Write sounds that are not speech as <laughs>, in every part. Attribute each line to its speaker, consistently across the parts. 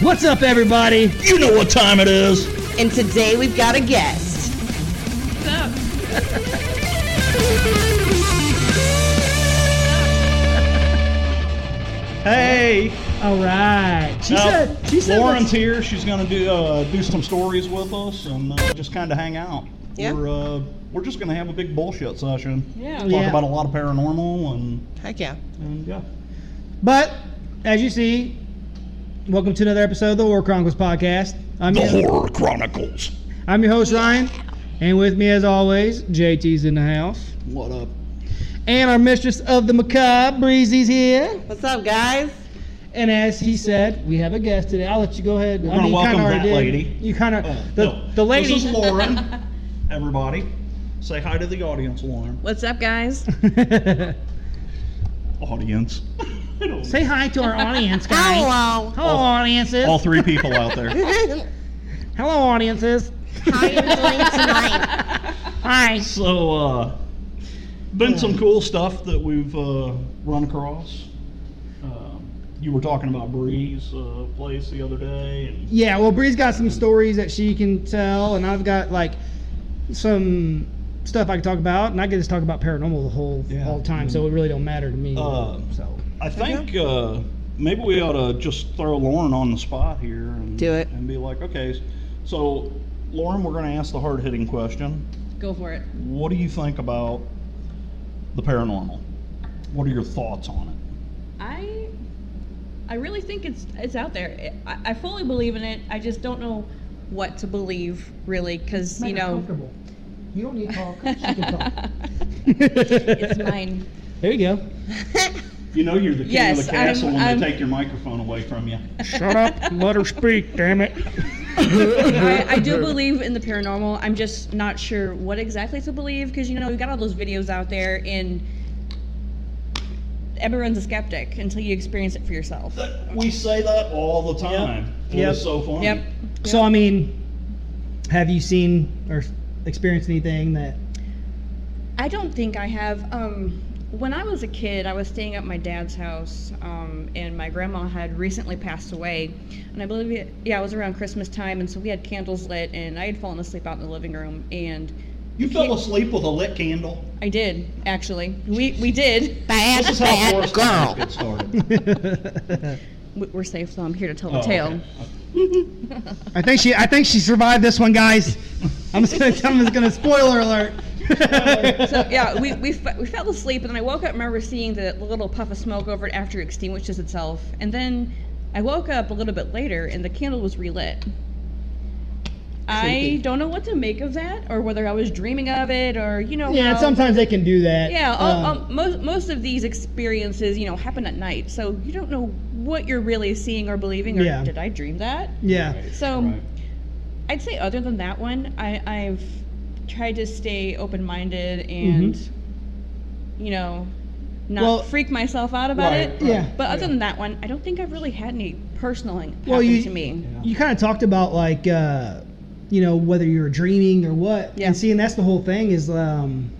Speaker 1: What's up, everybody? You know what time it is.
Speaker 2: And today we've got a guest.
Speaker 3: Hey,
Speaker 1: All right. She
Speaker 3: Now,
Speaker 1: said. She said.
Speaker 3: Lauren's
Speaker 1: let's-
Speaker 3: here. She's gonna do uh, do some stories with us and uh, just kind of hang out.
Speaker 2: Yeah.
Speaker 3: We're uh, we're just gonna have a big bullshit session.
Speaker 4: Yeah.
Speaker 3: Talk
Speaker 1: Yeah.
Speaker 3: about a lot of paranormal and,
Speaker 2: Heck yeah.
Speaker 3: and yeah.
Speaker 1: But as you see, welcome to another episode of the War Chronicles podcast. I'm your,
Speaker 3: Horror Chronicles.
Speaker 1: I'm your host Ryan, and with me as always, JT's in the house,
Speaker 3: What up?
Speaker 1: and our mistress of the macabre, Breezy's here.
Speaker 2: What's up, guys?
Speaker 1: And as he said, we have a guest today. I'll let you go ahead. We're
Speaker 3: gonna welcome that lady.
Speaker 1: You kind of
Speaker 3: Oh,
Speaker 1: the
Speaker 3: no.
Speaker 1: the lady.
Speaker 3: This is Lauren. Everybody, say hi to the audience, Lauren.
Speaker 4: What's up, guys?
Speaker 3: Audience. I
Speaker 1: <laughs>
Speaker 3: don't-
Speaker 1: Say hi to our audience, guys.
Speaker 2: Hello.
Speaker 1: Hello, audiences.
Speaker 3: All three people
Speaker 2: <laughs>
Speaker 3: out there.
Speaker 1: Hello, audiences.
Speaker 2: How you doing tonight?
Speaker 1: <laughs> Hi.
Speaker 3: So, uh, been some cool stuff that we've uh, run across. Um, you were talking about Bree's uh, place the other day, and
Speaker 1: Yeah, well, Bree's got some stories that she can tell, and I've got like some stuff I can talk about, and I get to talk about paranormal the whole
Speaker 3: Yeah.
Speaker 1: all the time, so it really don't matter to me.
Speaker 3: Uh,
Speaker 1: so
Speaker 3: I think uh, maybe we ought to just throw Lauren on the spot here and
Speaker 2: Do it.
Speaker 3: and be like, okay, so Lauren, we're going to ask the hard hitting question.
Speaker 4: <laughs> Go for it.
Speaker 3: What do you think about the paranormal? What are your thoughts on it?
Speaker 4: I I really think it's it's out there. It- I, I fully believe in it. I just don't know what to believe really cuz you know
Speaker 1: you don't need to talk.
Speaker 4: <laughs>
Speaker 1: <laughs>
Speaker 4: it's <laughs> mine.
Speaker 1: There you go.
Speaker 3: You know, you're the king of
Speaker 4: Yes,
Speaker 3: the castle
Speaker 4: I'm-
Speaker 3: when
Speaker 4: I'm-
Speaker 3: they take your microphone away from you.
Speaker 1: Shut up. Let her speak. Damn it.
Speaker 4: I, I do believe in the paranormal. I'm just not sure what exactly to believe because you know we've got all those videos out there, and everyone's a skeptic until you experience it for yourself.
Speaker 3: We say that all the time. and
Speaker 1: Yep.
Speaker 3: It's so funny.
Speaker 4: Yep.
Speaker 1: So I mean, have you seen or experienced anything that?
Speaker 4: I don't think I have. Um, when I was a kid, I was staying at my dad's house, um, and my grandma had recently passed away. And I believe, it, yeah, it was around Christmas time, and so we had candles lit, and I had fallen asleep out in the living room, and
Speaker 3: You fell asleep with a lit candle.
Speaker 4: I did actually. We we did.
Speaker 2: Bad,
Speaker 3: This is how
Speaker 2: bad
Speaker 3: forest
Speaker 2: girl.
Speaker 3: fires get started.
Speaker 4: <laughs> We- We're safe, though. I'm here to tell the
Speaker 3: Oh,
Speaker 4: tale.
Speaker 3: okay.
Speaker 1: I think she. I think she survived this one,
Speaker 4: <laughs>
Speaker 1: guys. I'm just gonna. I'm just gonna spoiler alert.
Speaker 4: So yeah, we, we, fe- we fell asleep, and then I woke up. and Remember seeing the little puff of smoke over it after it extinguishes itself, and then I woke up a little bit later, and the candle was relit. I don't know what to make of that, or whether I was dreaming of it, or you know.
Speaker 1: <laughs> yeah,
Speaker 4: how-
Speaker 1: sometimes they can do that.
Speaker 4: Yeah, oh,
Speaker 1: Um,
Speaker 4: most most of these experiences, you know, happen at night, so you don't know what you're really seeing or believing. Or
Speaker 1: Yeah.
Speaker 4: did I dream that?
Speaker 1: yeah.
Speaker 4: So.
Speaker 3: Right.
Speaker 4: I'd say other than that one, I, I've tried to stay open minded and you know
Speaker 1: Mm-hmm.
Speaker 4: not
Speaker 1: Well-
Speaker 4: freak myself out about
Speaker 3: Right,
Speaker 4: it.
Speaker 3: right.
Speaker 1: Yeah.
Speaker 4: But other than that one, I don't think I've really had any personal thing happen
Speaker 1: Well, you-
Speaker 4: to me.
Speaker 1: You kind of talked about like, uh, you know, whether you were dreaming or what.
Speaker 4: Yeah.
Speaker 1: And seeing that's the whole thing is. Um,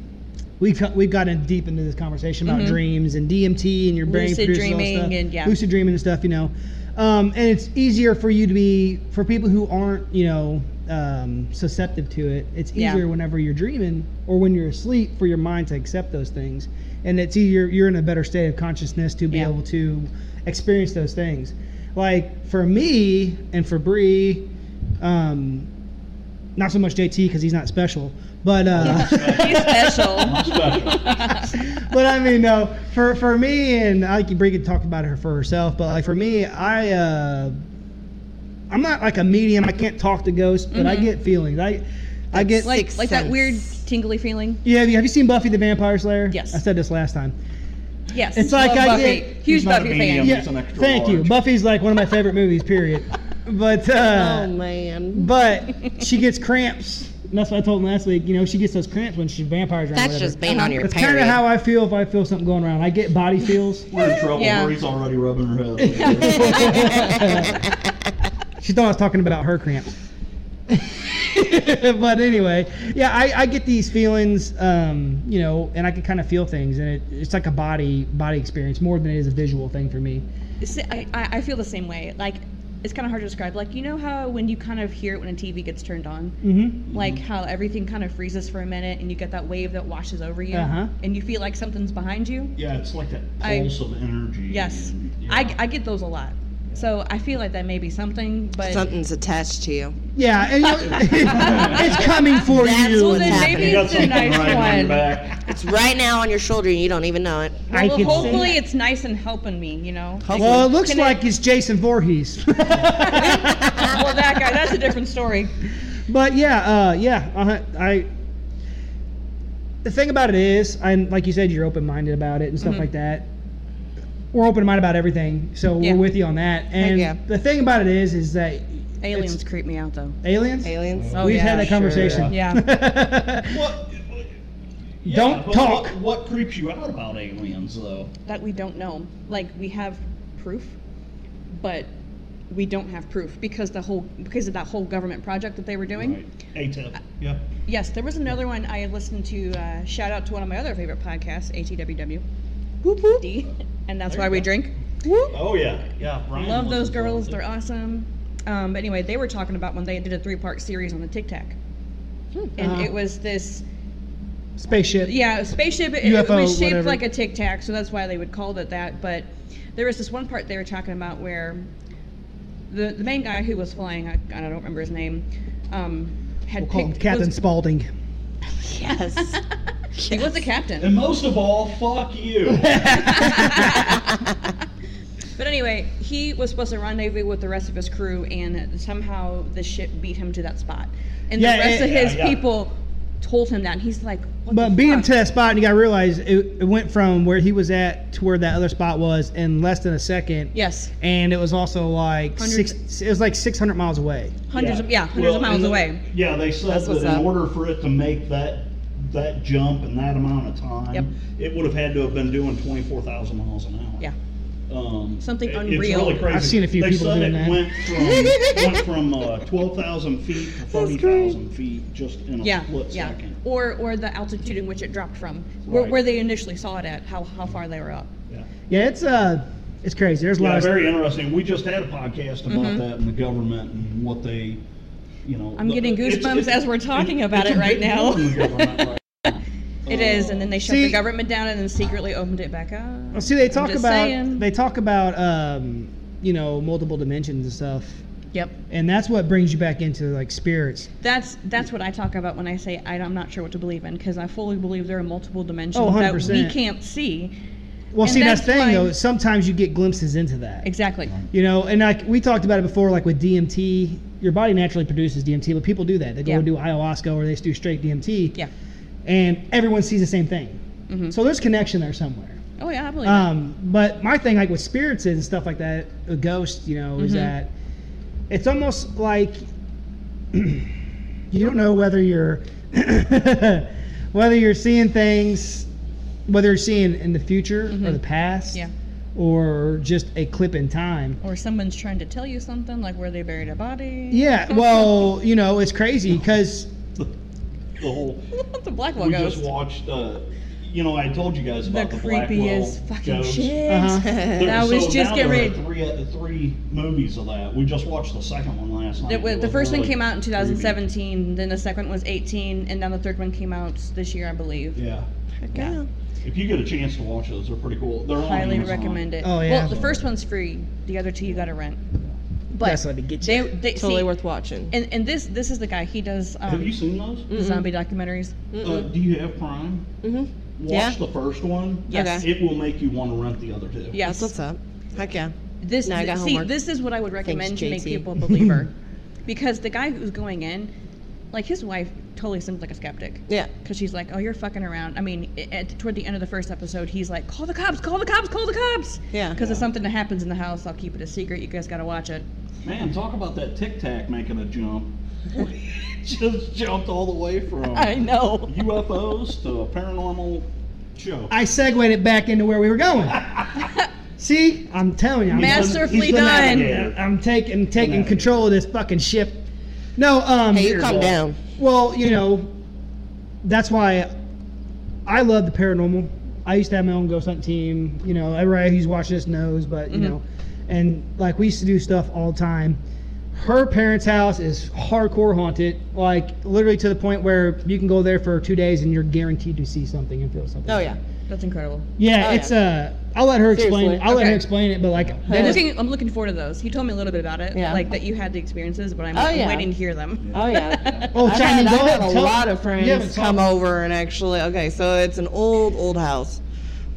Speaker 1: We've, got- we've gotten deep into this conversation about dreams and DMT and your brain
Speaker 4: Mm-hmm. Lucid
Speaker 1: produces all this
Speaker 4: dreaming
Speaker 1: stuff.
Speaker 4: and- yeah.
Speaker 1: lucid dreaming and stuff, you know. Um, and it's easier for you to be for people who aren't, you know, um, susceptible to it. It's
Speaker 4: Yeah.
Speaker 1: easier whenever you're dreaming or when you're asleep for your mind to accept those things, and it's easier. You're in a better state of consciousness to be
Speaker 4: Yeah.
Speaker 1: able to experience those things. Like for me and for Bree, um, not so much JT because he's not special, but uh,
Speaker 4: <laughs>
Speaker 1: <laughs>
Speaker 4: He's <laughs> special.
Speaker 3: Special.
Speaker 1: but I mean, no, for for me and I think Bree could talk about her for herself, but like for me, I uh, I'm not like a medium. I can't talk to ghosts, but I get feelings. I I get
Speaker 4: <laughs> Mm-hmm. like like that weird tingly feeling.
Speaker 1: yeah. Have you, have you seen Buffy the Vampire Slayer?
Speaker 4: Yes.
Speaker 1: I said this last time.
Speaker 4: Yes.
Speaker 1: It's like
Speaker 4: love
Speaker 1: I
Speaker 4: Buffy.
Speaker 1: get-
Speaker 4: huge
Speaker 3: He's not a
Speaker 4: Buffy fan.
Speaker 3: medium.
Speaker 1: Yeah,
Speaker 3: It's an extra
Speaker 1: thank you.
Speaker 3: large.
Speaker 1: Buffy's like one of my favorite movies. Period. But uh,
Speaker 2: Oh
Speaker 4: <laughs>
Speaker 2: man. <laughs>
Speaker 1: but she gets cramps. And That's what I told him last week. You know, she gets those cramps when she's vampires.
Speaker 2: That's just being on your
Speaker 1: That's kind of
Speaker 2: period.
Speaker 1: how I feel if I feel something going around. I get body feels.
Speaker 3: We're in trouble.
Speaker 4: Yeah.
Speaker 3: Bree's already rubbing her
Speaker 4: <laughs>
Speaker 3: head.
Speaker 1: She thought I was talking about her cramps. <laughs> but anyway, yeah, I, I get these feelings, um, you know, and I can kind of feel things, and it, it's like a body body experience more than it is a visual thing for me.
Speaker 4: See, I, I I feel the same way. Like it's kind of hard to describe. Like you know how when you kind of hear it when a TV gets turned on,
Speaker 1: Mm-hmm.
Speaker 4: like how everything kind of freezes for a minute and you get that wave that washes over you,
Speaker 1: Uh-huh.
Speaker 4: and you feel like something's behind you.
Speaker 3: Yeah, it's like that
Speaker 4: I-
Speaker 3: pulse of energy.
Speaker 4: Yes,
Speaker 3: and- yeah.
Speaker 4: I, I get those a lot. So I feel like that may be something, but
Speaker 2: Something's attached to you.
Speaker 1: Yeah, and
Speaker 3: <laughs>
Speaker 1: you- <laughs> it's coming for
Speaker 2: That's
Speaker 1: you.
Speaker 2: what's
Speaker 4: then
Speaker 2: happening.
Speaker 4: maybe
Speaker 3: You got
Speaker 4: it's a
Speaker 3: something
Speaker 4: nice
Speaker 3: right on your
Speaker 4: one.
Speaker 3: back.
Speaker 2: It's right now on your shoulder and you don't even know it.
Speaker 1: I
Speaker 4: well,
Speaker 1: can see
Speaker 4: hopefully
Speaker 1: that.
Speaker 4: it's nice and helping me, you know.
Speaker 1: Well, it looks
Speaker 4: Can it-
Speaker 1: like it's Jason Voorhees.
Speaker 4: <laughs> well, <laughs> that guy, that's a different story.
Speaker 1: But yeah, uh, yeah, uh, I. The thing about it is, and like you said, you're open-minded about it and
Speaker 4: Mm-hmm.
Speaker 1: stuff like that. We're open-minded about everything, so
Speaker 4: Yeah.
Speaker 1: we're with you on that. And
Speaker 2: yeah.
Speaker 1: the thing about it is, is that
Speaker 4: Aliens
Speaker 1: it's-
Speaker 4: creep me out though.
Speaker 1: aliens.
Speaker 2: Aliens?
Speaker 4: Oh,
Speaker 1: We've
Speaker 4: yeah,
Speaker 1: had that
Speaker 4: sure.
Speaker 1: conversation.
Speaker 4: Yeah.
Speaker 1: <laughs>
Speaker 3: What? yeah,
Speaker 1: Don't
Speaker 3: but
Speaker 1: talk.
Speaker 3: What, what creeps you out about aliens, though?
Speaker 4: That we don't know. Like we have proof, but we don't have proof because the whole because of that whole government project that they were doing.
Speaker 3: ATIP. Yeah.
Speaker 4: Yes, there was another one I had listened to. Uh, shout out to one of my other favorite podcasts, ATWW. Whoop whoop. And that's
Speaker 3: There
Speaker 4: why
Speaker 3: you
Speaker 4: we
Speaker 3: go.
Speaker 4: drink. Whoop.
Speaker 3: Oh yeah. Yeah. Ryan
Speaker 4: Love those
Speaker 3: listens to all
Speaker 4: girls.
Speaker 3: of
Speaker 4: They're
Speaker 3: it.
Speaker 4: awesome. Um, but anyway, they were talking about when they did a three part series on the Tic Tac. And
Speaker 1: Uh-huh.
Speaker 4: it was this,
Speaker 1: Spaceship.
Speaker 4: yeah, spaceship. It, it
Speaker 1: UFO,
Speaker 4: was shaped
Speaker 1: whatever.
Speaker 4: like a Tic Tac, so that's why they would call it that. But there was this one part they were talking about where the, the main guy who was flying, I, I don't remember his name, um, had
Speaker 1: We'll call him
Speaker 4: picked,
Speaker 1: Captain
Speaker 4: was-
Speaker 1: Spaulding.
Speaker 2: <laughs> Yes.
Speaker 4: he was a captain.
Speaker 3: And most of all, fuck you.
Speaker 4: But anyway, he was supposed to rendezvous with the rest of his crew, and somehow the ship beat him to that spot. And
Speaker 1: Yeah,
Speaker 4: the rest
Speaker 1: it-
Speaker 4: of his
Speaker 3: yeah, yeah.
Speaker 4: people told him that, and he's like, what
Speaker 1: But
Speaker 4: the
Speaker 1: being
Speaker 4: fuck?
Speaker 1: to that spot, and you got to realize it, it went from where he was at to where that other spot was in less than a second.
Speaker 4: Yes,
Speaker 1: And it was also like
Speaker 4: Hundreds-
Speaker 1: six. It was like 600 miles away.
Speaker 4: <laughs> hundreds of yeah, hundreds
Speaker 3: Well,
Speaker 4: of miles
Speaker 3: and the-
Speaker 4: away.
Speaker 3: Yeah, they said
Speaker 2: That's what's
Speaker 3: that in
Speaker 2: up.
Speaker 3: order for it to make that that jump in that amount of time,
Speaker 4: Yep.
Speaker 3: it would have had to have been doing twenty four thousand miles an hour.
Speaker 4: Yeah.
Speaker 3: Um,
Speaker 4: Something
Speaker 3: it- It's
Speaker 4: unreal.
Speaker 3: really crazy.
Speaker 1: I've seen a few
Speaker 3: they
Speaker 1: people
Speaker 3: said
Speaker 1: doing
Speaker 3: it
Speaker 1: that.
Speaker 3: Went from,
Speaker 4: <laughs>
Speaker 3: went from uh, twelve thousand feet to thirty thousand feet just in a
Speaker 4: Yeah,
Speaker 3: split
Speaker 4: yeah,
Speaker 3: second.
Speaker 4: or or the altitude in which it dropped from, where,
Speaker 3: Right.
Speaker 4: where they initially saw it at, how how far they were up.
Speaker 3: Yeah.
Speaker 1: Yeah, it's uh, it's crazy. There's a lot
Speaker 3: Yeah,
Speaker 1: of
Speaker 3: very interesting. We just had a podcast about that and the government and what they, you know.
Speaker 4: Mm-hmm. I'm
Speaker 3: the-
Speaker 4: getting
Speaker 3: it's-
Speaker 4: goosebumps
Speaker 3: it's-
Speaker 4: as we're talking
Speaker 3: it's-
Speaker 4: about
Speaker 3: it's
Speaker 4: it
Speaker 3: a
Speaker 4: right
Speaker 3: big
Speaker 4: now.
Speaker 3: deal in the
Speaker 4: <laughs>
Speaker 3: government right
Speaker 4: It is, and then they shut
Speaker 1: See-
Speaker 4: the government down, and then secretly opened it back up.
Speaker 1: Well, see, they
Speaker 4: I'm
Speaker 1: talk
Speaker 4: just
Speaker 1: about
Speaker 4: saying.
Speaker 1: they talk about um, you know multiple dimensions and stuff,
Speaker 4: Yep.
Speaker 1: and that's what brings you back into like spirits.
Speaker 4: That's that's what I talk about when I say I, am not sure what to believe in because I fully believe there are multiple dimensions
Speaker 1: Oh,
Speaker 4: that we
Speaker 1: 100%.
Speaker 4: can't see.
Speaker 1: Well,
Speaker 4: And
Speaker 1: see, that's the
Speaker 4: that's
Speaker 1: thing
Speaker 4: why-
Speaker 1: though. Sometimes you get glimpses into that.
Speaker 4: Exactly.
Speaker 1: You know, and like we talked about it before, like with DMT, your body naturally produces DMT, but people do that. They go
Speaker 4: Yeah.
Speaker 1: and do ayahuasca or they just do straight DMT.
Speaker 4: Yeah.
Speaker 1: And everyone sees the same thing.
Speaker 4: Mhm.
Speaker 1: So there's connection there somewhere.
Speaker 4: Oh yeah, I believe. that.
Speaker 1: Um, but my thing, like with spirits and stuff like that, a ghost, you know, is
Speaker 4: Mhm.
Speaker 1: that it's almost like <clears throat> you don't know whether you're <laughs> whether you're seeing things, whether you're seeing in the future or the past,
Speaker 4: Mm-hmm. Yeah.
Speaker 1: or just a clip in time.
Speaker 4: Or someone's trying to tell you something, like where they buried a body. <laughs>
Speaker 1: Yeah, well, you know, it's crazy because
Speaker 3: now. The whole.
Speaker 4: the Blackwell
Speaker 3: We
Speaker 4: ghost.
Speaker 3: just watched. Uh, you know, I told you guys about the,
Speaker 4: creepiest
Speaker 3: Blackwell
Speaker 4: fucking
Speaker 3: ghost.
Speaker 4: shit.
Speaker 2: <laughs>
Speaker 1: uh-huh.
Speaker 3: There-
Speaker 4: That was
Speaker 3: so
Speaker 4: just
Speaker 3: now
Speaker 4: get
Speaker 3: there are
Speaker 4: rid-
Speaker 3: Three, uh, three movies of that. We just watched the second one last night.
Speaker 4: It was-
Speaker 3: It
Speaker 4: the
Speaker 3: was
Speaker 4: first one
Speaker 3: really
Speaker 4: came out in
Speaker 3: creepy.
Speaker 4: 2017, then the second one was 18, and then the third one came out this year, I believe.
Speaker 3: Yeah.
Speaker 4: <laughs>
Speaker 2: Yeah.
Speaker 3: If you get a chance to watch those, they're pretty cool. They're on
Speaker 4: Highly
Speaker 3: Amazon.
Speaker 4: recommend it.
Speaker 1: Oh, yeah.
Speaker 4: Well, the first one's free. The other two you gotta rent. But
Speaker 1: that's what they get
Speaker 4: they,
Speaker 1: you.
Speaker 4: they
Speaker 2: Totally
Speaker 4: see,
Speaker 2: worth watching.
Speaker 4: And and this this is the guy. He does um,
Speaker 3: Have you seen those?
Speaker 4: the zombie documentaries.
Speaker 3: Uh, do you have Prime?
Speaker 2: Mm-hmm.
Speaker 3: Watch
Speaker 2: Yeah.
Speaker 3: the first one.
Speaker 4: Yes.
Speaker 3: It will make you want to rent the other two.
Speaker 4: Yes.
Speaker 2: That's what's up. Heck yeah.
Speaker 4: This
Speaker 2: No, I got
Speaker 4: see,
Speaker 2: homework.
Speaker 4: this is what I would recommend
Speaker 2: Thanks,
Speaker 4: to make
Speaker 2: JT. <laughs>
Speaker 4: people a believer, because the guy who's going in, like his wife, totally seems like a skeptic.
Speaker 2: Yeah.
Speaker 4: Because she's like, "Oh, you're fucking around." I mean, i- at, toward the end of the first episode, he's like, "Call the cops! Call the cops! Call the cops!"
Speaker 2: Yeah.
Speaker 4: Because if something that happens in the house, I'll keep it a secret. You guys gotta watch it.
Speaker 3: Man, talk about that tic tac making a
Speaker 4: <laughs>
Speaker 3: jump. <laughs> Just jumped all the way from
Speaker 4: <laughs> I know.
Speaker 3: UFOs to a paranormal show.
Speaker 1: I segued it back into where we were going. See, I'm telling you, I'm
Speaker 4: Masterfully
Speaker 3: he's the
Speaker 4: done.
Speaker 3: navigator.
Speaker 1: I'm taking taking
Speaker 3: Come out.
Speaker 1: control of this fucking ship. No, um,
Speaker 2: Hey, you calm down.
Speaker 1: well, you know, that's why I love
Speaker 2: Mm-hmm.
Speaker 1: the paranormal. I used to have my own ghost hunt team. You know, everybody who's watched this knows, but you know, and like we used to do stuff all the time. Her parents' house is hardcore haunted, like literally to the point where you can go there for two days and you're guaranteed to see something and feel something.
Speaker 2: Oh yeah.
Speaker 4: That's incredible.
Speaker 1: Yeah,
Speaker 2: Oh,
Speaker 1: it's
Speaker 2: yeah.
Speaker 1: uh I'll let her explain.
Speaker 2: Seriously.
Speaker 1: I'll let her
Speaker 4: Okay.
Speaker 1: explain it, but
Speaker 2: <laughs>
Speaker 1: like
Speaker 4: I'm
Speaker 1: that is-
Speaker 4: looking, I'm looking forward to those. He told me a little bit about it,
Speaker 2: Yeah.
Speaker 4: like that you had the experiences, but I'm
Speaker 2: Oh, yeah.
Speaker 4: waiting to hear them.
Speaker 2: Oh <laughs> yeah.
Speaker 1: Oh,
Speaker 2: I've
Speaker 1: Chapman,
Speaker 2: had,
Speaker 1: go
Speaker 2: I've
Speaker 1: ahead,
Speaker 2: had a
Speaker 1: tell-
Speaker 2: lot of
Speaker 1: you haven't
Speaker 2: friends
Speaker 1: told
Speaker 2: come
Speaker 1: me.
Speaker 2: over and actually okay, so it's an old old house,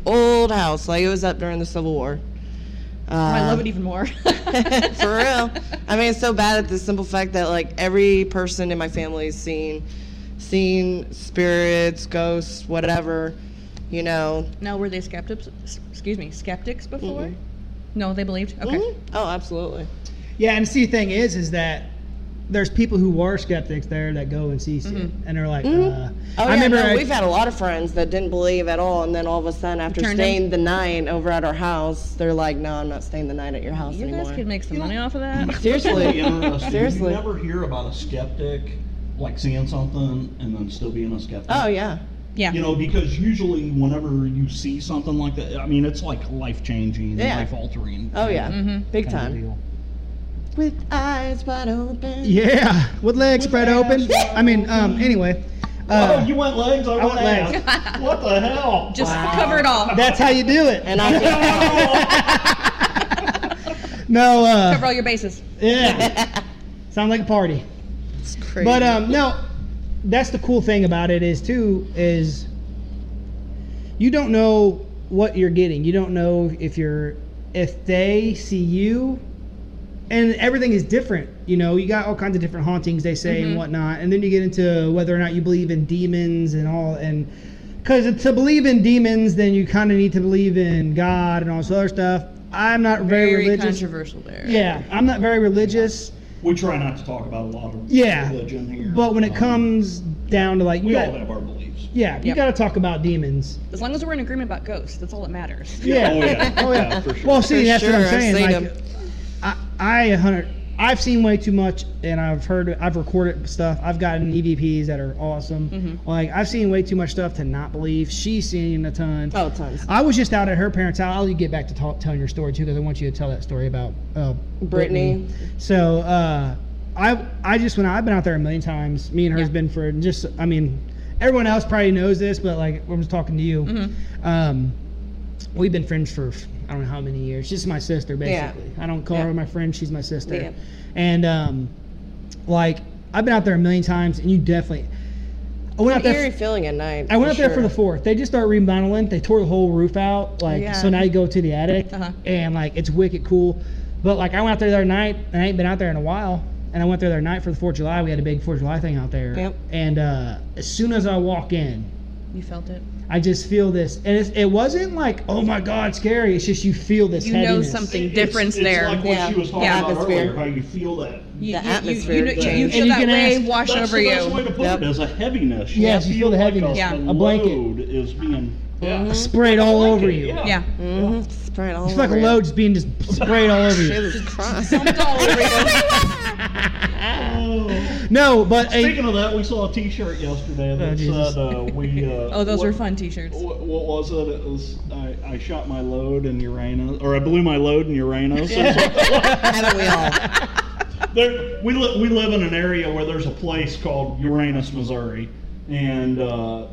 Speaker 2: old house. Like it was up during the Civil War. Uh,
Speaker 4: Oh, I love it
Speaker 1: <laughs>
Speaker 4: even
Speaker 2: <laughs>
Speaker 4: more.
Speaker 2: for real. I mean, it's so bad at the simple fact that like every person in my family's seen, seen spirits, ghosts, whatever. You know.
Speaker 4: Now, were they skeptics? s- Excuse me, skeptics before? No, they believed. Okay.
Speaker 1: Mm-hmm.
Speaker 2: Mhm. Oh, absolutely.
Speaker 1: Yeah, and see, the thing is, is that there's people who are skeptics there that go and see shit, and they're like, uh,
Speaker 2: Mm-hmm. Oh,
Speaker 1: I
Speaker 2: yeah,
Speaker 1: remember
Speaker 2: no,
Speaker 1: I-
Speaker 2: we've had a lot of friends that didn't believe at all, and then all of a sudden, after
Speaker 4: Turned
Speaker 2: staying the night over at our house, they're like, "No, I'm not staying the night at your house
Speaker 4: You
Speaker 2: anymore."
Speaker 4: guys could make some money off of
Speaker 1: Mm-hmm.
Speaker 3: <laughs> Really
Speaker 4: that.
Speaker 2: Seriously,
Speaker 3: interesting.
Speaker 2: Seriously.
Speaker 3: You never hear about a skeptic like seeing something and then still being a skeptic.
Speaker 2: oh yeah,
Speaker 4: yeah.
Speaker 3: You know, because usually whenever you see something like that, I mean, it's like life changing,
Speaker 2: Yeah.
Speaker 3: life altering.
Speaker 2: oh yeah,
Speaker 4: Mm-hmm.
Speaker 2: big
Speaker 3: Kind of
Speaker 2: time.
Speaker 3: deal.
Speaker 2: With eyes wide open. <laughs>
Speaker 1: yeah, with legs spread open. I mean, um, anyway,
Speaker 3: oh,
Speaker 1: uh,
Speaker 3: you went legs. I,
Speaker 1: I
Speaker 3: went
Speaker 1: went legs.
Speaker 3: ass. what the hell?
Speaker 4: Just <laughs> cover
Speaker 1: <laughs>
Speaker 4: it all.
Speaker 1: that's how you do it.
Speaker 2: And I,
Speaker 1: <laughs> No, uh,
Speaker 4: cover <laughs> all your bases.
Speaker 1: yeah, sounds like a party.
Speaker 2: it's crazy.
Speaker 1: But um, no, that's the cool thing about it is too is you don't know what you're getting. You don't know if you're if they see you, and everything is different. You know, you got all kinds of different hauntings they say and whatnot, and then you get into whether or not you believe in demons and all and. Because to believe in demons, then you kind of need to believe in God and all this other stuff. I'm not very, religious.
Speaker 4: controversial there.
Speaker 1: Yeah, I'm not very religious.
Speaker 3: <laughs> We try not to talk about a lot of
Speaker 1: Yeah,
Speaker 3: religion here.
Speaker 1: But when it
Speaker 3: Um,
Speaker 1: comes down to like, you
Speaker 3: we all
Speaker 1: got-
Speaker 3: have our beliefs.
Speaker 1: yeah, you
Speaker 4: Yep.
Speaker 1: got to talk about demons.
Speaker 4: As long as we're in agreement about ghosts, that's all that matters.
Speaker 1: Yeah.
Speaker 3: Oh yeah.
Speaker 1: <laughs> Oh, yeah.
Speaker 3: for sure.
Speaker 1: Well, see,
Speaker 2: For
Speaker 1: that's
Speaker 2: sure,
Speaker 1: what I'm
Speaker 2: I've seen
Speaker 1: saying.
Speaker 2: 'em.
Speaker 1: Like, I, I a hundred. I've seen way too much, and I've heard, I've recorded stuff. I've gotten EVPs that are awesome.
Speaker 2: Mm-hmm.
Speaker 1: Like, I've seen way too much stuff to not believe. She's seen a ton.
Speaker 2: oh, tons.
Speaker 1: I was just out at her parents' house. I'll get back to talk, telling your story too, because I want you to tell that story about uh,
Speaker 2: Brittany.
Speaker 1: So uh, I I just when I've been out there a million times. Me and her
Speaker 4: Yeah.
Speaker 1: has been for just I mean everyone else probably knows this, but like I'm just talking to you.
Speaker 2: Mm-hmm.
Speaker 1: Um, we've been friends for I don't know how many years. She's my sister
Speaker 2: Yeah.
Speaker 1: basically. I don't call
Speaker 2: Yeah.
Speaker 1: her my friend. She's my sister.
Speaker 2: Yeah.
Speaker 1: And um, like I've been out there a million times, and you definitely. I went out
Speaker 2: An
Speaker 1: there.
Speaker 2: eerie feeling at night.
Speaker 1: I went out there for
Speaker 2: sure.
Speaker 1: the fourth. They just started remodeling. They tore the whole roof out. Like so
Speaker 4: Yeah.
Speaker 1: now you go to the attic
Speaker 4: Uh-huh.
Speaker 1: and like it's wicked cool. But like I went out there the other night and I ain't been out there in a while. And I went there the other night for the Fourth of July. We had a big Fourth of July thing out there.
Speaker 2: Yep.
Speaker 1: And uh, as soon as I walk in,
Speaker 4: You felt it.
Speaker 1: I just feel this, and it's, it wasn't like oh my god scary. It's just you feel this.
Speaker 4: You know
Speaker 1: heaviness.
Speaker 4: something.
Speaker 3: It's-
Speaker 4: difference
Speaker 3: it's
Speaker 4: there.
Speaker 3: like what
Speaker 2: Yeah.
Speaker 3: she was talking
Speaker 4: Yeah.
Speaker 3: about
Speaker 2: Atmosphere.
Speaker 3: earlier, how you feel that.
Speaker 4: You,
Speaker 2: The
Speaker 4: you- you-
Speaker 2: atmosphere
Speaker 4: You, know- you,
Speaker 2: changed.
Speaker 4: you, feel
Speaker 1: And you
Speaker 4: that
Speaker 1: can
Speaker 4: wave
Speaker 1: ask-
Speaker 4: wash
Speaker 3: That's
Speaker 4: over
Speaker 3: the
Speaker 4: you.
Speaker 3: best way to put
Speaker 2: Yep.
Speaker 3: it is a heaviness.
Speaker 1: Yes, you feel the
Speaker 3: like
Speaker 1: heaviness.
Speaker 4: Yeah.
Speaker 1: A blanket.
Speaker 3: load is being yeah.
Speaker 1: Sprayed all over you.
Speaker 4: yeah.
Speaker 2: Mhm. Spread all
Speaker 1: It's like
Speaker 2: over
Speaker 1: a
Speaker 2: you.
Speaker 1: load just being just sprayed all over you.
Speaker 2: <laughs> Jesus Christ. <laughs>
Speaker 4: Dumped all over you.
Speaker 3: Oh.
Speaker 1: <laughs> No, but uh, a,
Speaker 3: Speaking of that, we saw a T-shirt yesterday that
Speaker 1: Oh, Jesus.
Speaker 3: said uh, we. Uh,
Speaker 4: Oh, those
Speaker 3: what,
Speaker 4: were fun T-shirts.
Speaker 3: What, what was it? It was I, I shot my load in Uranus, or I blew my load in Uranus. <laughs> or something.
Speaker 2: Haven't we all?
Speaker 3: there, we, li- we live in an area where there's a place called Uranus, Missouri, and uh,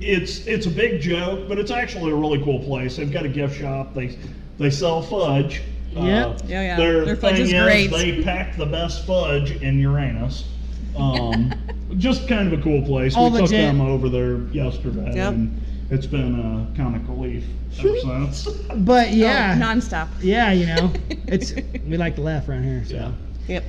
Speaker 3: it's it's a big joke, but it's actually a really cool place. They've got a gift shop. They they sell fudge.
Speaker 1: Yeah.
Speaker 3: Uh,
Speaker 4: Yeah, yeah.
Speaker 3: Their,
Speaker 4: Their
Speaker 3: thing
Speaker 4: fudge is
Speaker 3: is
Speaker 4: great.
Speaker 3: they pack the best fudge in Uranus. Um, just kind of a cool place.
Speaker 1: All
Speaker 3: we took
Speaker 1: legit.
Speaker 3: them over there yesterday,
Speaker 2: Yep.
Speaker 3: and it's been a comic relief ever since.
Speaker 1: <laughs> but yeah,
Speaker 4: Oh, nonstop.
Speaker 1: yeah, you
Speaker 4: <laughs>
Speaker 1: know, it's we like to laugh around here. So.
Speaker 3: yeah.
Speaker 2: Yep.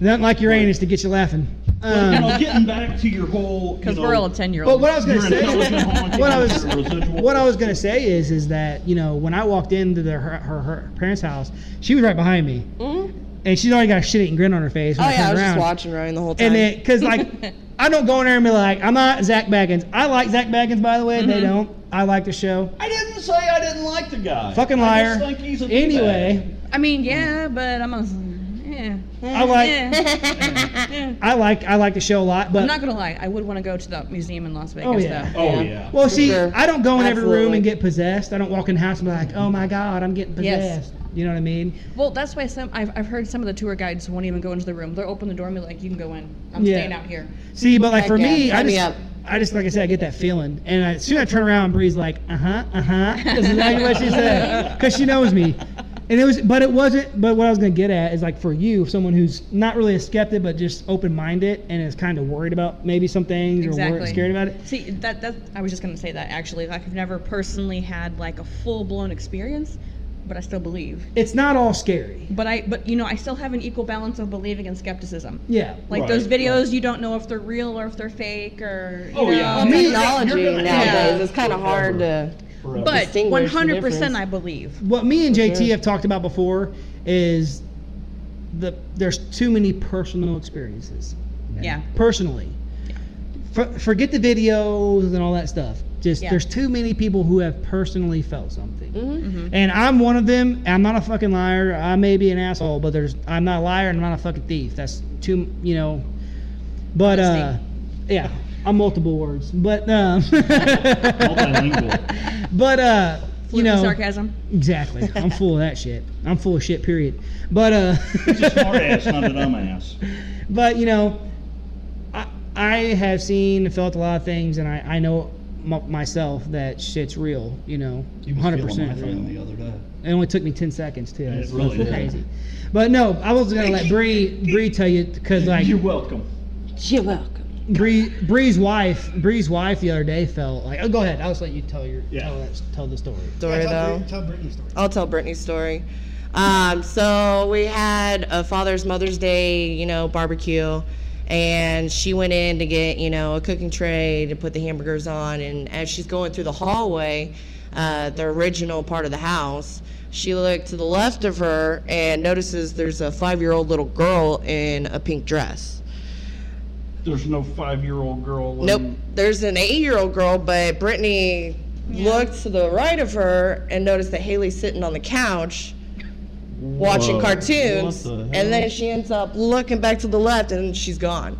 Speaker 1: Nothing like Uranus to get you laughing.
Speaker 3: But, you know,
Speaker 1: Um,
Speaker 3: getting back to your whole
Speaker 4: Because
Speaker 3: you
Speaker 4: we're
Speaker 3: know,
Speaker 4: all ten-year-olds.
Speaker 1: but what I was gonna
Speaker 3: You're
Speaker 1: say,
Speaker 3: intelligent, haunting,
Speaker 1: what I was,
Speaker 3: you're residual.
Speaker 1: what I was gonna say is, is that you know when I walked into the, her, her her parents' house, she was right behind me,
Speaker 2: Mhm.
Speaker 1: and she's already got a shit eating grin on her face. When
Speaker 2: Oh
Speaker 1: I
Speaker 2: yeah, I
Speaker 1: turned
Speaker 2: was
Speaker 1: around.
Speaker 2: just watching Ryan the whole time.
Speaker 1: And then, because like, I don't go in there and be like, I'm not Zach Baggins. I like Zach Baggins, by the way. They don't. I like the show.
Speaker 3: I didn't say I didn't like the guy.
Speaker 1: Fucking
Speaker 3: I
Speaker 1: liar.
Speaker 3: just think he's a
Speaker 1: anyway,
Speaker 3: Mm.
Speaker 4: I mean, yeah, but I'm a. Yeah. Yeah.
Speaker 1: I like <laughs>
Speaker 2: <laughs>
Speaker 4: Yeah. yeah.
Speaker 1: I like I like the show a lot, but
Speaker 4: I'm not gonna lie. I would want to go to the museum in Las Vegas
Speaker 1: Oh, yeah.
Speaker 4: though.
Speaker 3: Oh
Speaker 2: Yeah.
Speaker 3: yeah.
Speaker 1: well, see,
Speaker 2: sure.
Speaker 1: I don't go in every room
Speaker 2: Absolutely.
Speaker 1: and get possessed. I don't walk in the house and be like, "Oh my God, I'm getting
Speaker 4: Yes.
Speaker 1: possessed." You know what I mean?
Speaker 4: Well, that's why some I've, I've heard some of the tour guides won't even go into the room. They'll open the door and be like, "You can go in. I'm
Speaker 1: Yeah.
Speaker 4: staying out here."
Speaker 1: See, but like for
Speaker 2: Heck yeah,
Speaker 1: me, I
Speaker 2: sign me
Speaker 1: just,
Speaker 2: up.
Speaker 1: I just like I said, I get that feeling, and I, as soon as I turn around, and Bree's like, "Uh huh, uh
Speaker 2: <laughs>
Speaker 1: huh," that's exactly what she said, because she knows me. And it was, but it wasn't. But what I was gonna get at is like for you, someone who's not really a skeptic, but just open-minded and is kind of worried about maybe some things or
Speaker 4: Exactly.
Speaker 1: worried, scared about it.
Speaker 4: See, that that I was just gonna say that actually. Like, I've never personally had like a full blown experience, but I still believe.
Speaker 1: It's not all scary.
Speaker 4: But I but you know I still have an equal balance of believing and skepticism.
Speaker 1: Yeah.
Speaker 4: Like
Speaker 3: Right,
Speaker 4: those
Speaker 3: right.
Speaker 4: videos, you don't know if they're real or if they're fake or. You
Speaker 3: Oh,
Speaker 4: know,
Speaker 3: yeah.
Speaker 2: Well,
Speaker 3: Me-
Speaker 2: technology
Speaker 3: You're gonna-
Speaker 2: nowadays,
Speaker 4: Yeah.
Speaker 2: it's kind of hard to.
Speaker 3: Forever.
Speaker 4: But
Speaker 2: Distinguish the
Speaker 4: 100%
Speaker 2: difference.
Speaker 4: I believe.
Speaker 1: what me and JT
Speaker 2: sure.
Speaker 1: have talked about before is the there's too many personal experiences.
Speaker 4: Yeah.
Speaker 1: Personally, For, forget the videos and all that stuff. Just
Speaker 4: Yeah. Mm-hmm.
Speaker 1: there's too many people who have personally felt something,
Speaker 2: Mhm.
Speaker 1: and I'm one of them. I'm not a fucking liar. I may be an asshole, but there's I'm not a liar and I'm not a fucking thief. That's too you know. But uh,
Speaker 4: Honesty.
Speaker 1: yeah, I'm multiple words, but
Speaker 4: <laughs>
Speaker 1: um, <laughs>
Speaker 3: Multilingual.
Speaker 1: but uh, you
Speaker 4: Fluent
Speaker 1: know,
Speaker 4: sarcasm.
Speaker 1: Exactly. I'm full of that shit. I'm full of shit. Period. But uh,
Speaker 3: <laughs> He's a smart ass, not a dumb ass.
Speaker 1: <laughs> but you know, I I have seen and felt a lot of things, and I I know m- myself that shit's real. You know,
Speaker 3: You was
Speaker 1: hundred
Speaker 3: feeling my
Speaker 1: percent real.
Speaker 3: phone the other day.
Speaker 1: It only took me ten seconds too.
Speaker 3: It
Speaker 1: It's
Speaker 3: really
Speaker 1: fucking
Speaker 3: did.
Speaker 1: crazy. But no, I was gonna let Bree Bree tell you because like
Speaker 3: You're welcome.
Speaker 2: You're welcome.
Speaker 1: Bree Bree's wife Bree's wife the other day felt like oh go ahead I'll just let you tell your
Speaker 3: Yeah.
Speaker 1: tell that tell the story.
Speaker 2: Story though.
Speaker 5: Tell Brittany's story.
Speaker 2: I'll tell Brittany's story. Um, so we had a Father's Mother's Day, you know, barbecue, and she went in to get, you know, a cooking tray to put the hamburgers on. And as she's going through the hallway, uh, the original part of the house, she looked to the left of her and notices there's a five-year-old little girl in a pink dress.
Speaker 3: There's no five year old girl. in-
Speaker 2: Nope. Mm. There's an eight year old girl, but Brittany looked to the right of her and noticed that Haley's sitting on the couch watching
Speaker 3: Whoa,
Speaker 2: cartoons.
Speaker 3: what the hell?
Speaker 2: and then she ends up looking back to the left and she's gone.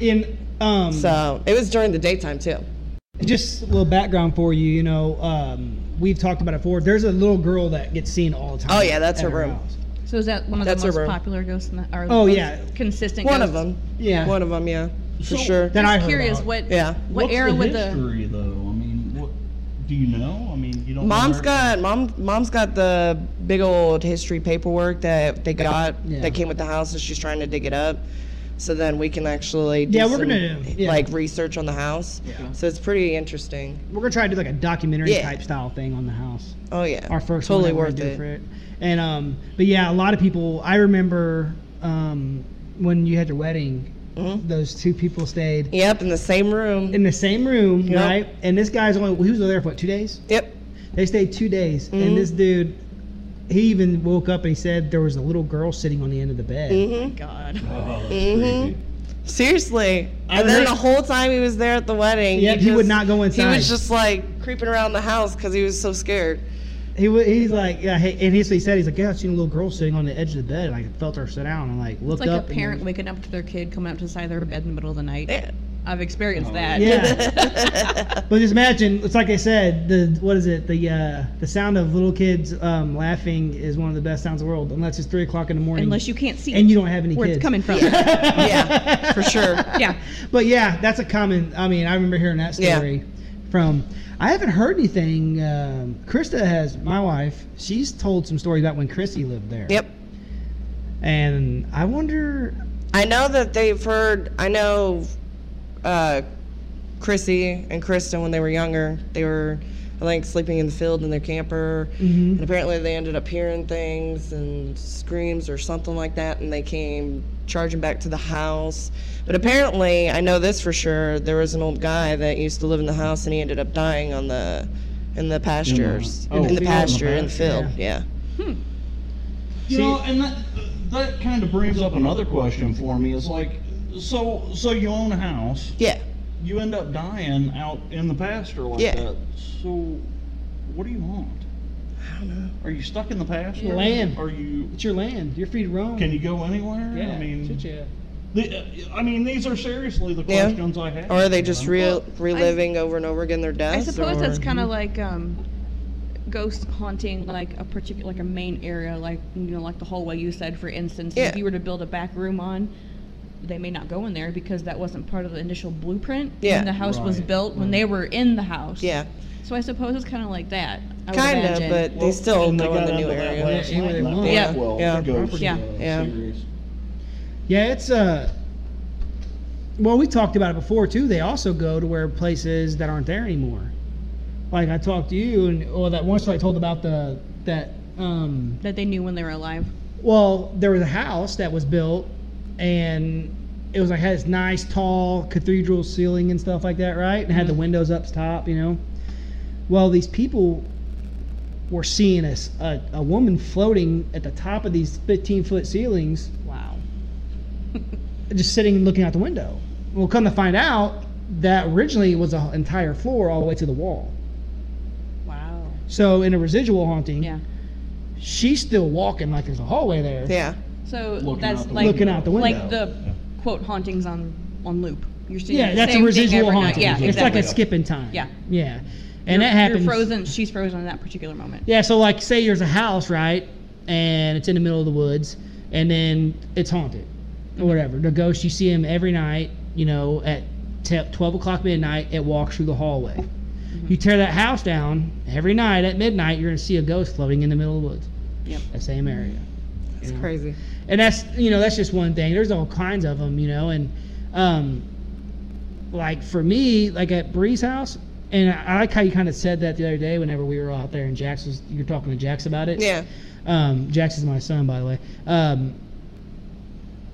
Speaker 1: In um.
Speaker 2: So it was during the daytime, too.
Speaker 1: Just a little background for you. You know, um, we've talked about it before. There's a little girl that gets seen all the time.
Speaker 2: Oh, yeah, that's
Speaker 1: at
Speaker 2: her room.
Speaker 1: house.
Speaker 4: So is that one of
Speaker 2: That's
Speaker 4: the
Speaker 2: her
Speaker 4: most
Speaker 2: room.
Speaker 4: popular ghosts? In the, or the
Speaker 1: Oh,
Speaker 4: most
Speaker 1: yeah.
Speaker 4: consistent
Speaker 2: One of
Speaker 4: ghosts?
Speaker 2: them.
Speaker 1: Yeah.
Speaker 2: One of them, yeah. For
Speaker 3: So-
Speaker 2: sure.
Speaker 1: That I
Speaker 4: I'm
Speaker 1: heard
Speaker 4: curious
Speaker 1: about.
Speaker 4: what
Speaker 2: Yeah.
Speaker 4: what
Speaker 3: What's
Speaker 4: era
Speaker 3: the
Speaker 4: with the
Speaker 3: history, though? I mean, what do you know? I mean, you don't.
Speaker 2: Mom's
Speaker 3: know
Speaker 2: got mom. Mom's got the big old history paperwork that they got
Speaker 1: Yeah.
Speaker 2: that came with the house, and she's trying to dig it up, so then we can actually do
Speaker 1: Yeah, we're
Speaker 2: some,
Speaker 1: gonna- yeah.
Speaker 2: like research on the house. So it's pretty interesting.
Speaker 1: We're gonna try to do like a documentary
Speaker 2: Yeah.
Speaker 1: type style thing on the house.
Speaker 2: Oh yeah,
Speaker 1: Our first one
Speaker 2: totally
Speaker 1: that we're
Speaker 2: worth
Speaker 1: gonna do
Speaker 2: it.
Speaker 1: for And um, but yeah, a lot of people. I remember um, when you had your wedding.
Speaker 2: Mhm.
Speaker 1: Those two people stayed
Speaker 2: Yep, in the same room.
Speaker 1: in the same room,
Speaker 2: Yep.
Speaker 1: right? And this guy's only—he was there for what, two days.
Speaker 2: yep.
Speaker 1: They stayed two days,
Speaker 2: Mm-hmm.
Speaker 1: and this dude, he even woke up and he said there was a little girl sitting on the end of the bed.
Speaker 2: hmm
Speaker 4: God?
Speaker 3: Oh, that's
Speaker 2: Mhm.
Speaker 3: creepy.
Speaker 2: Seriously.
Speaker 1: I
Speaker 2: and then
Speaker 1: heard-
Speaker 2: the whole time he was there at the wedding,
Speaker 1: Yep, he would not go
Speaker 2: He
Speaker 1: inside.
Speaker 2: was just like creeping around the house because he was so scared.
Speaker 1: He wa- he's like, yeah, hey, and he's, he said he's like, yeah, I seen a little girl sitting on the edge of the bed, and I felt her sit down, and like
Speaker 4: It's
Speaker 1: looked
Speaker 4: like
Speaker 1: up.
Speaker 4: a
Speaker 1: and
Speaker 4: parent
Speaker 1: there was-
Speaker 4: waking up to their kid coming up to the side of their bed in the middle of the night.
Speaker 2: Yeah.
Speaker 4: I've experienced
Speaker 3: Oh,
Speaker 4: that.
Speaker 1: yeah, <laughs> but just imagine. It's like I said. The what is it? The uh, the sound of little kids um, laughing is one of the best sounds in the world, unless it's three o'clock in the morning.
Speaker 4: <laughs> Unless you can't see
Speaker 1: and you don't have any
Speaker 4: where
Speaker 1: kids. <laughs>
Speaker 4: it's coming from.
Speaker 2: yeah, for sure.
Speaker 4: Yeah.
Speaker 1: But yeah, that's a common. I mean, I remember hearing that
Speaker 2: Yeah.
Speaker 1: story from. I haven't heard anything. Um, Krista has my wife. She's told some stories about when Chrissy lived there.
Speaker 2: <laughs> Yep.
Speaker 1: And I wonder.
Speaker 2: I know that they've heard. I know uh, Chrissy and Kristen when they were younger. They were, I think, sleeping in the field in their camper,
Speaker 4: Mm-hmm.
Speaker 1: Mhm.
Speaker 2: and apparently they ended up hearing things and screams or something like that, and they came charging back to the house. But apparently, I know this for sure. There was an old guy that used to live in the house, and he ended up dying on the in the pastures,
Speaker 3: oh,
Speaker 2: in
Speaker 3: field,
Speaker 2: the
Speaker 3: in the
Speaker 2: pasture, in the
Speaker 3: pasture,
Speaker 2: field.
Speaker 1: yeah.
Speaker 2: Yeah.
Speaker 3: You
Speaker 1: See-
Speaker 3: know, and that that kind of brings up another question for me. Is like, so so you own a house,
Speaker 2: Yeah.
Speaker 3: you end up dying out in the pasture like
Speaker 2: Yeah.
Speaker 3: that. So, what do you want?
Speaker 2: I don't know.
Speaker 3: Are you stuck in the past?
Speaker 1: Your land.
Speaker 3: Are you?
Speaker 1: It's your land. You're free to roam.
Speaker 3: Can you go anywhere?
Speaker 1: Yeah.
Speaker 3: I mean,
Speaker 1: shit, yeah.
Speaker 3: the, I mean, these are seriously the
Speaker 2: Yeah.
Speaker 3: questions I have.
Speaker 2: Or are they just re-
Speaker 4: Well, I-
Speaker 2: reliving over and over again their
Speaker 4: I
Speaker 2: deaths?
Speaker 4: suppose
Speaker 2: or-
Speaker 4: that's kind of like um, ghost haunting, like a particular, like a main area, like you know, like the hallway you said, for instance.
Speaker 2: Yeah.
Speaker 4: If you were to build a back room on, they may not go in there because that wasn't part of the initial blueprint
Speaker 2: Yeah.
Speaker 4: when the house was
Speaker 3: Right,
Speaker 4: built when they were in the house.
Speaker 2: Yeah,
Speaker 4: So I suppose it's kind of like that. I would
Speaker 2: kind of,
Speaker 4: imagine.
Speaker 2: but
Speaker 3: Well,
Speaker 2: they still
Speaker 3: and
Speaker 2: go in
Speaker 3: got
Speaker 2: the new
Speaker 3: onto that
Speaker 2: area.
Speaker 3: last
Speaker 1: Yeah,
Speaker 3: night,
Speaker 1: anywhere they
Speaker 3: that
Speaker 1: want.
Speaker 2: Yeah.
Speaker 3: Blackwell,
Speaker 2: Yeah.
Speaker 3: the ghost,
Speaker 2: Yeah.
Speaker 3: uh,
Speaker 2: Yeah.
Speaker 3: series.
Speaker 1: Yeah, it's uh well, we talked about it before too. They also go to where places that aren't there anymore. Like I talked to you and or that one story I told about the that um
Speaker 4: that they knew when they were alive.
Speaker 1: well, there was a house that was built and it was like had this nice tall cathedral ceiling and stuff like that, right? And had the windows up top, you know. Well, these people were seeing a, s- a, a woman floating at the top of these 15 foot ceilings
Speaker 4: Wow.
Speaker 1: just sitting and looking out the window. Well, come to find out, that originally was an entire floor all the way to the wall.
Speaker 4: <laughs> Wow.
Speaker 1: So in a residual haunting,
Speaker 4: Yeah.
Speaker 1: she's still walking like there's a hallway there.
Speaker 2: Yeah,
Speaker 4: So
Speaker 3: Looking
Speaker 4: that's
Speaker 3: out the
Speaker 4: like
Speaker 1: Looking out the window.
Speaker 4: like the quote hauntings on on loop. You're seeing
Speaker 1: Yeah,
Speaker 4: the
Speaker 1: that's a
Speaker 4: same thing
Speaker 1: residual
Speaker 4: every night.
Speaker 1: haunting.
Speaker 4: Yeah,
Speaker 1: it's
Speaker 4: exactly.
Speaker 1: like a skip in time.
Speaker 4: Yeah.
Speaker 1: Yeah. And that
Speaker 4: You're-
Speaker 1: happens.
Speaker 4: You're frozen. She's frozen in that particular moment.
Speaker 1: Yeah, so like say there's a house, right? And it's in the middle of the woods and then it's haunted
Speaker 4: Mm-hmm.
Speaker 1: or whatever. The ghost, you see him every night, you know, at te- 12 o'clock midnight, it walks through the hallway.
Speaker 4: Mm-hmm.
Speaker 1: You tear that house down every night at midnight, you're going to see a ghost floating in the middle of the woods.
Speaker 4: Yep.
Speaker 1: That same area.
Speaker 2: it's crazy.
Speaker 1: And that's, you know, that's just one thing. There's all kinds of them, you know, and um, like for me, like at Bree's house, and I I like how you kind of said that the other day whenever we were all out there and Jax was, you were talking to Jax about it.
Speaker 2: Yeah,
Speaker 1: Um, Jax is my son, by the way. Um,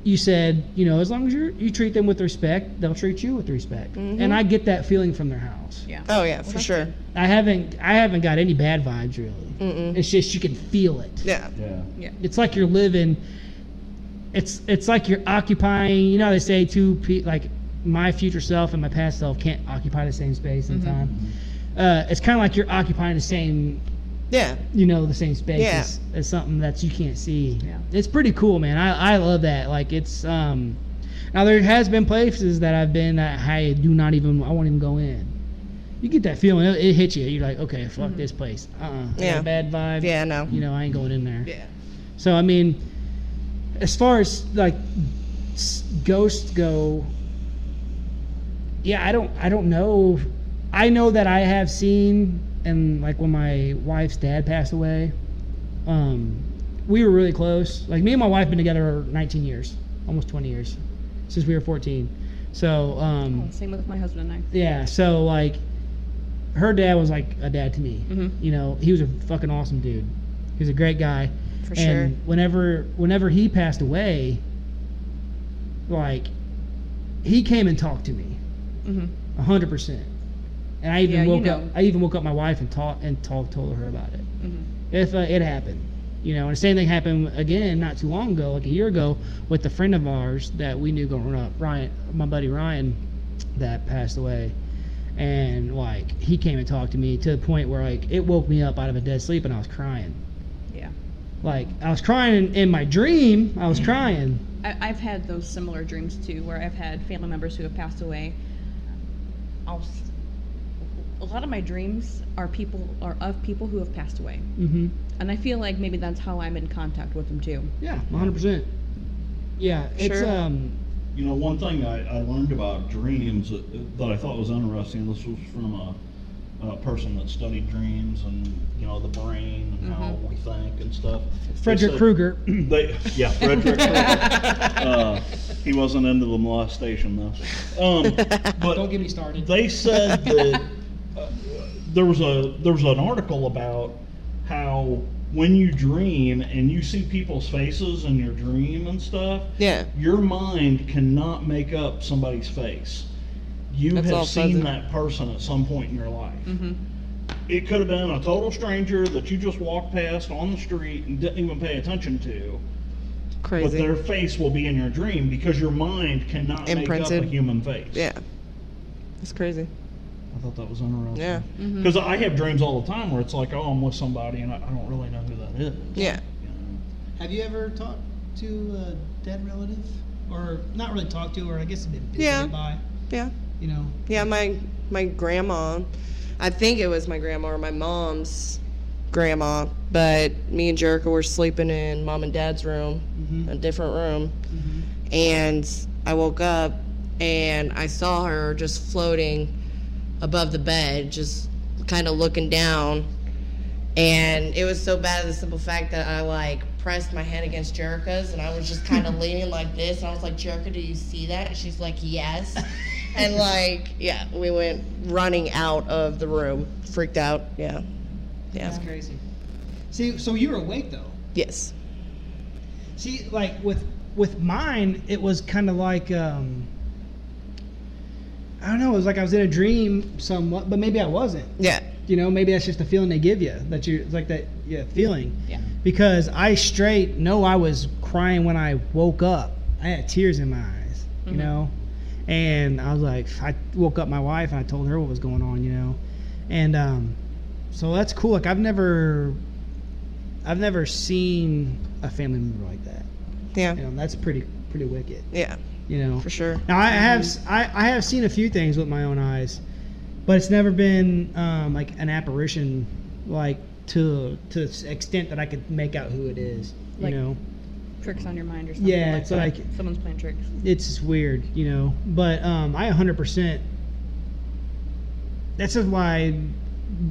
Speaker 1: you said, you know, as long as you you treat them with respect, they'll treat you with respect. And I get that feeling from their house.
Speaker 4: Yeah.
Speaker 2: oh Mm-hmm. yeah, for sure.
Speaker 1: I haven't I haven't got any bad vibes really.
Speaker 2: Mm-mm.
Speaker 1: It's just you can feel it.
Speaker 2: Yeah,
Speaker 3: Yeah.
Speaker 1: It's like you're living. It's it's like you're occupying. You know how they say two pe- like my future self and my past self can't occupy the same space
Speaker 2: Mm-hmm.
Speaker 1: and time. Uh, it's kind of like you're occupying the same
Speaker 2: yeah,
Speaker 1: you know the same space
Speaker 2: Yeah.
Speaker 1: as, as something that you can't see.
Speaker 4: Yeah.
Speaker 1: It's pretty cool, man. I, I love that. Like it's um now there has been places that I've been that I do not even I won't even go in. You get that feeling. It, it hits you. You're like, okay, fuck this place. Uh, uh
Speaker 2: Mm-hmm. Yeah.
Speaker 1: bad vibe.
Speaker 2: yeah. No,
Speaker 1: You know, I ain't going in there.
Speaker 2: yeah,
Speaker 1: So I mean, as far as like s- ghosts go, yeah, I don't, I don't know. I know that I have seen, and like when my wife's dad passed away, um, we were really close. Like me and my wife been together 19 years, almost 20 years, since we were 14. So um,
Speaker 4: Oh, Same with my husband and I.
Speaker 1: yeah, so like her dad was like a dad to me.
Speaker 4: Mhm.
Speaker 1: You know, he was a fucking awesome dude. He was a great guy.
Speaker 2: for
Speaker 1: and
Speaker 2: sure.
Speaker 1: whenever whenever he passed away, like he came and talked to me.
Speaker 4: hmm
Speaker 1: a hundred percent. And I even
Speaker 4: Yeah, you
Speaker 1: woke up
Speaker 4: know.
Speaker 1: I even woke up my wife and talked and talked told her about it.
Speaker 4: Mhm.
Speaker 1: If uh, it happened. You know, and the same thing happened again not too long ago, like a year ago, with a friend of ours that we knew growing up, Ryan, my buddy Ryan, that passed away and like he came and talked to me to the point where like it woke me up out of a dead sleep and I was crying.
Speaker 4: Yeah.
Speaker 1: Like I was crying in, in my dream, I was crying.
Speaker 4: I, I've had those similar dreams too, where I've had family members who have passed away. I'll, s- a lot of my dreams are people are of people who have passed away,
Speaker 2: Mm-hmm.
Speaker 1: Mhm.
Speaker 4: and I feel like maybe that's how I'm in contact with them too.
Speaker 1: Yeah, 100%. Yeah, it's
Speaker 2: Sure.
Speaker 1: um
Speaker 3: You know, one thing I, I learned about dreams that, that I thought was interesting, this was from a, a person that studied dreams and, you know, the brain and how we think and stuff. They
Speaker 1: Frederick
Speaker 3: said-
Speaker 1: Krueger.
Speaker 3: <clears throat> They, yeah, Frederick Krueger. uh, he wasn't into the molestation, though. Um, but
Speaker 1: Don't get me started.
Speaker 3: They said that uh, there was a there was an article about how when you dream and you see people's faces in your dream and stuff,
Speaker 2: Yeah,
Speaker 3: your mind cannot make up somebody's face. You
Speaker 2: That's all
Speaker 3: have seen
Speaker 2: fuzzy. Mm-hmm.
Speaker 3: that person at some point in your life.
Speaker 1: Mm-hmm.
Speaker 4: Mhm.
Speaker 3: It could have been a total stranger that you just walked past on the street and didn't even pay attention to, but
Speaker 2: crazy.
Speaker 3: their face will be in your dream because your mind cannot make up
Speaker 2: Imprinted.
Speaker 3: a human face.
Speaker 2: Yeah, it's crazy.
Speaker 3: I thought that was interesting.
Speaker 2: Yeah. Mm-hmm.
Speaker 3: Because I have dreams all the time where it's like, oh, I'm with somebody and I, I don't really know who that is.
Speaker 2: Yeah.
Speaker 3: You know?
Speaker 5: Have you ever talked to a dead relative, or not really talked to, or I guess been visited
Speaker 2: Yeah.
Speaker 5: by?
Speaker 2: Yeah.
Speaker 5: You know,
Speaker 2: Yeah, my my grandma. I think it was my grandma or my mom's grandma, but me and Jericho were sleeping in mom and dad's room, a different room. And I woke up and I saw her just floating above the bed, just kind of looking down. And it was so bad the simple fact that I like pressed my head against Jerica's and I was just kind of leaning like this. And I was like, Jerica, do you see that? And she's like, yes. and like, yeah, we went running out of the room, freaked out. Yeah. Yeah.
Speaker 5: that's crazy. See, so you were awake though.
Speaker 2: Yes.
Speaker 1: See, like with with mine, it was kind of like um, I don't know. It was like I was in a dream somewhat, but maybe I wasn't.
Speaker 2: Yeah.
Speaker 1: You know, maybe that's just a feeling they give you that you it's like that yeah feeling.
Speaker 5: Yeah.
Speaker 1: Because I straight know I was crying when I woke up. I had tears in my eyes. You know, and I was like, I woke up my wife and I told her what was going on. You know, and um, so that's cool. Like I've never, I've never seen a family member like that. You
Speaker 2: Yeah.
Speaker 1: know, that's pretty pretty wicked.
Speaker 2: Yeah.
Speaker 1: You know.
Speaker 2: For sure.
Speaker 1: Now I have s- I, I have seen a few things with my own eyes, but it's never been um, like an apparition, like to to s- extent that I could make out who it is. You
Speaker 4: Like-
Speaker 1: know,
Speaker 4: Tricks on your mind or something.
Speaker 1: Yeah,
Speaker 4: like
Speaker 1: it's
Speaker 4: that.
Speaker 1: like-
Speaker 4: someone's playing tricks.
Speaker 1: it's just weird. You know, but um, I 100%. That's just why I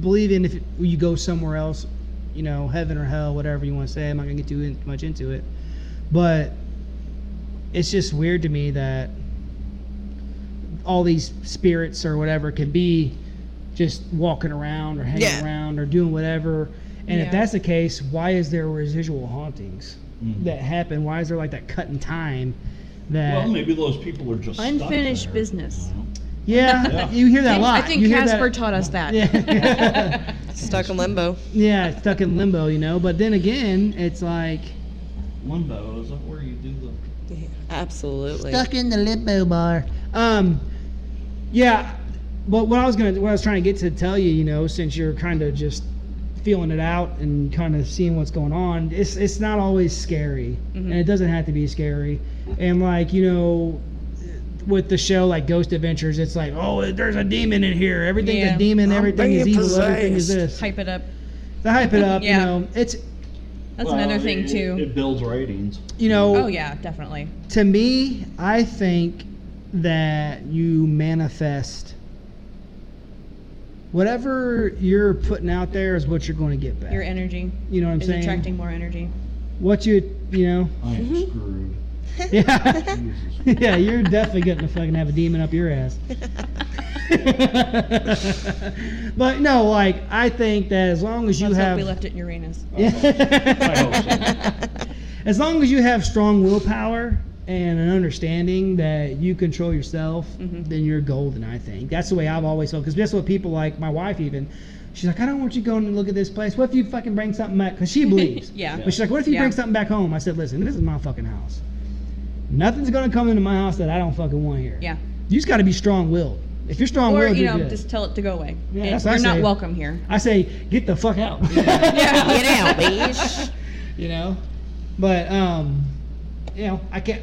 Speaker 1: believe in if you go somewhere else, you know, heaven or hell, whatever you want to say. I'm not gonna get too in, much into it, but it's just weird to me that all these spirits or whatever can be just walking around or hanging
Speaker 2: Yeah.
Speaker 1: around or doing whatever. And if
Speaker 4: Yeah.
Speaker 1: that's the case, why is there residual hauntings
Speaker 3: Mhm.
Speaker 1: that happen? Why is there like that cut in time? That
Speaker 3: Well, maybe those people are just stuck
Speaker 4: Unfinished
Speaker 3: there,
Speaker 4: business.
Speaker 3: you know?
Speaker 4: <laughs>
Speaker 1: yeah,
Speaker 3: Yeah.
Speaker 1: you hear that a lot.
Speaker 4: I think
Speaker 1: You hear that-
Speaker 4: Casper taught us that.
Speaker 1: <laughs>
Speaker 4: <laughs>
Speaker 1: Yeah. <laughs>
Speaker 2: Stuck in limbo.
Speaker 1: yeah, it's stuck in limbo, you know. But then again, it's like
Speaker 3: Limbo is that where you do the
Speaker 2: <laughs> Absolutely.
Speaker 1: in the limbo bar. Um, yeah, but what I was gonna, what I was trying to get to tell you, you know, since you're kind of just feeling it out and kind of seeing what's going on, it's it's not always scary,
Speaker 4: Mm-hmm.
Speaker 1: and it doesn't have to be scary. And like you know, with the show like Ghost Adventures, it's like, oh, there's a demon in here. Everything's
Speaker 4: Yeah.
Speaker 1: a demon.
Speaker 2: I'm
Speaker 1: Everything is
Speaker 2: being
Speaker 1: evil. Everything is
Speaker 2: possessed.
Speaker 1: this.
Speaker 4: Hype it up.
Speaker 1: to hype it up.
Speaker 4: Yeah.
Speaker 1: You know, it's
Speaker 4: That's
Speaker 3: Well,
Speaker 4: another thing
Speaker 3: it-
Speaker 4: too.
Speaker 3: It builds ratings.
Speaker 1: you know.
Speaker 4: oh yeah, definitely.
Speaker 1: To me, I think that you manifest whatever you're putting out there is what you're going to get back.
Speaker 4: Your energy
Speaker 1: you know what I'm
Speaker 4: is
Speaker 1: saying?
Speaker 4: attracting
Speaker 1: <laughs>
Speaker 4: more energy.
Speaker 1: What you you
Speaker 4: <laughs>
Speaker 1: know?
Speaker 3: I am
Speaker 4: Mm-hmm.
Speaker 3: screwed.
Speaker 1: Yeah. <laughs>
Speaker 3: Jesus.
Speaker 1: yeah, you're definitely going to fucking have a demon up your
Speaker 4: <laughs>
Speaker 1: ass. <laughs> but no, like I think that as long as you
Speaker 4: Let's hope
Speaker 1: have
Speaker 4: we left it in Uranus.
Speaker 1: <laughs> as long as you have strong willpower and an understanding that you control yourself,
Speaker 4: Mm-hmm.
Speaker 1: then you're golden. I think that's the way I've always felt. Because that's what people like my wife even. She's like, I don't want you going to look at this place. What if you fucking bring something back? Because she believes.
Speaker 4: <laughs> Yeah.
Speaker 1: But she's like, what if you
Speaker 4: Yeah.
Speaker 1: bring something back home? I said, listen, this is my fucking house. Nothing's gonna come into my house that I don't fucking want here.
Speaker 4: Yeah.
Speaker 1: You just got to be strong-willed. If you're
Speaker 4: Or
Speaker 1: strong-willed,
Speaker 4: you
Speaker 1: you're
Speaker 4: know,
Speaker 1: good.
Speaker 4: just tell it to go away.
Speaker 1: Yeah,
Speaker 4: And
Speaker 1: that's what I
Speaker 4: we're not
Speaker 1: say.
Speaker 4: welcome here.
Speaker 1: I say, get the fuck out. <laughs>
Speaker 2: Get out, bitch.
Speaker 1: you know but um you know i can't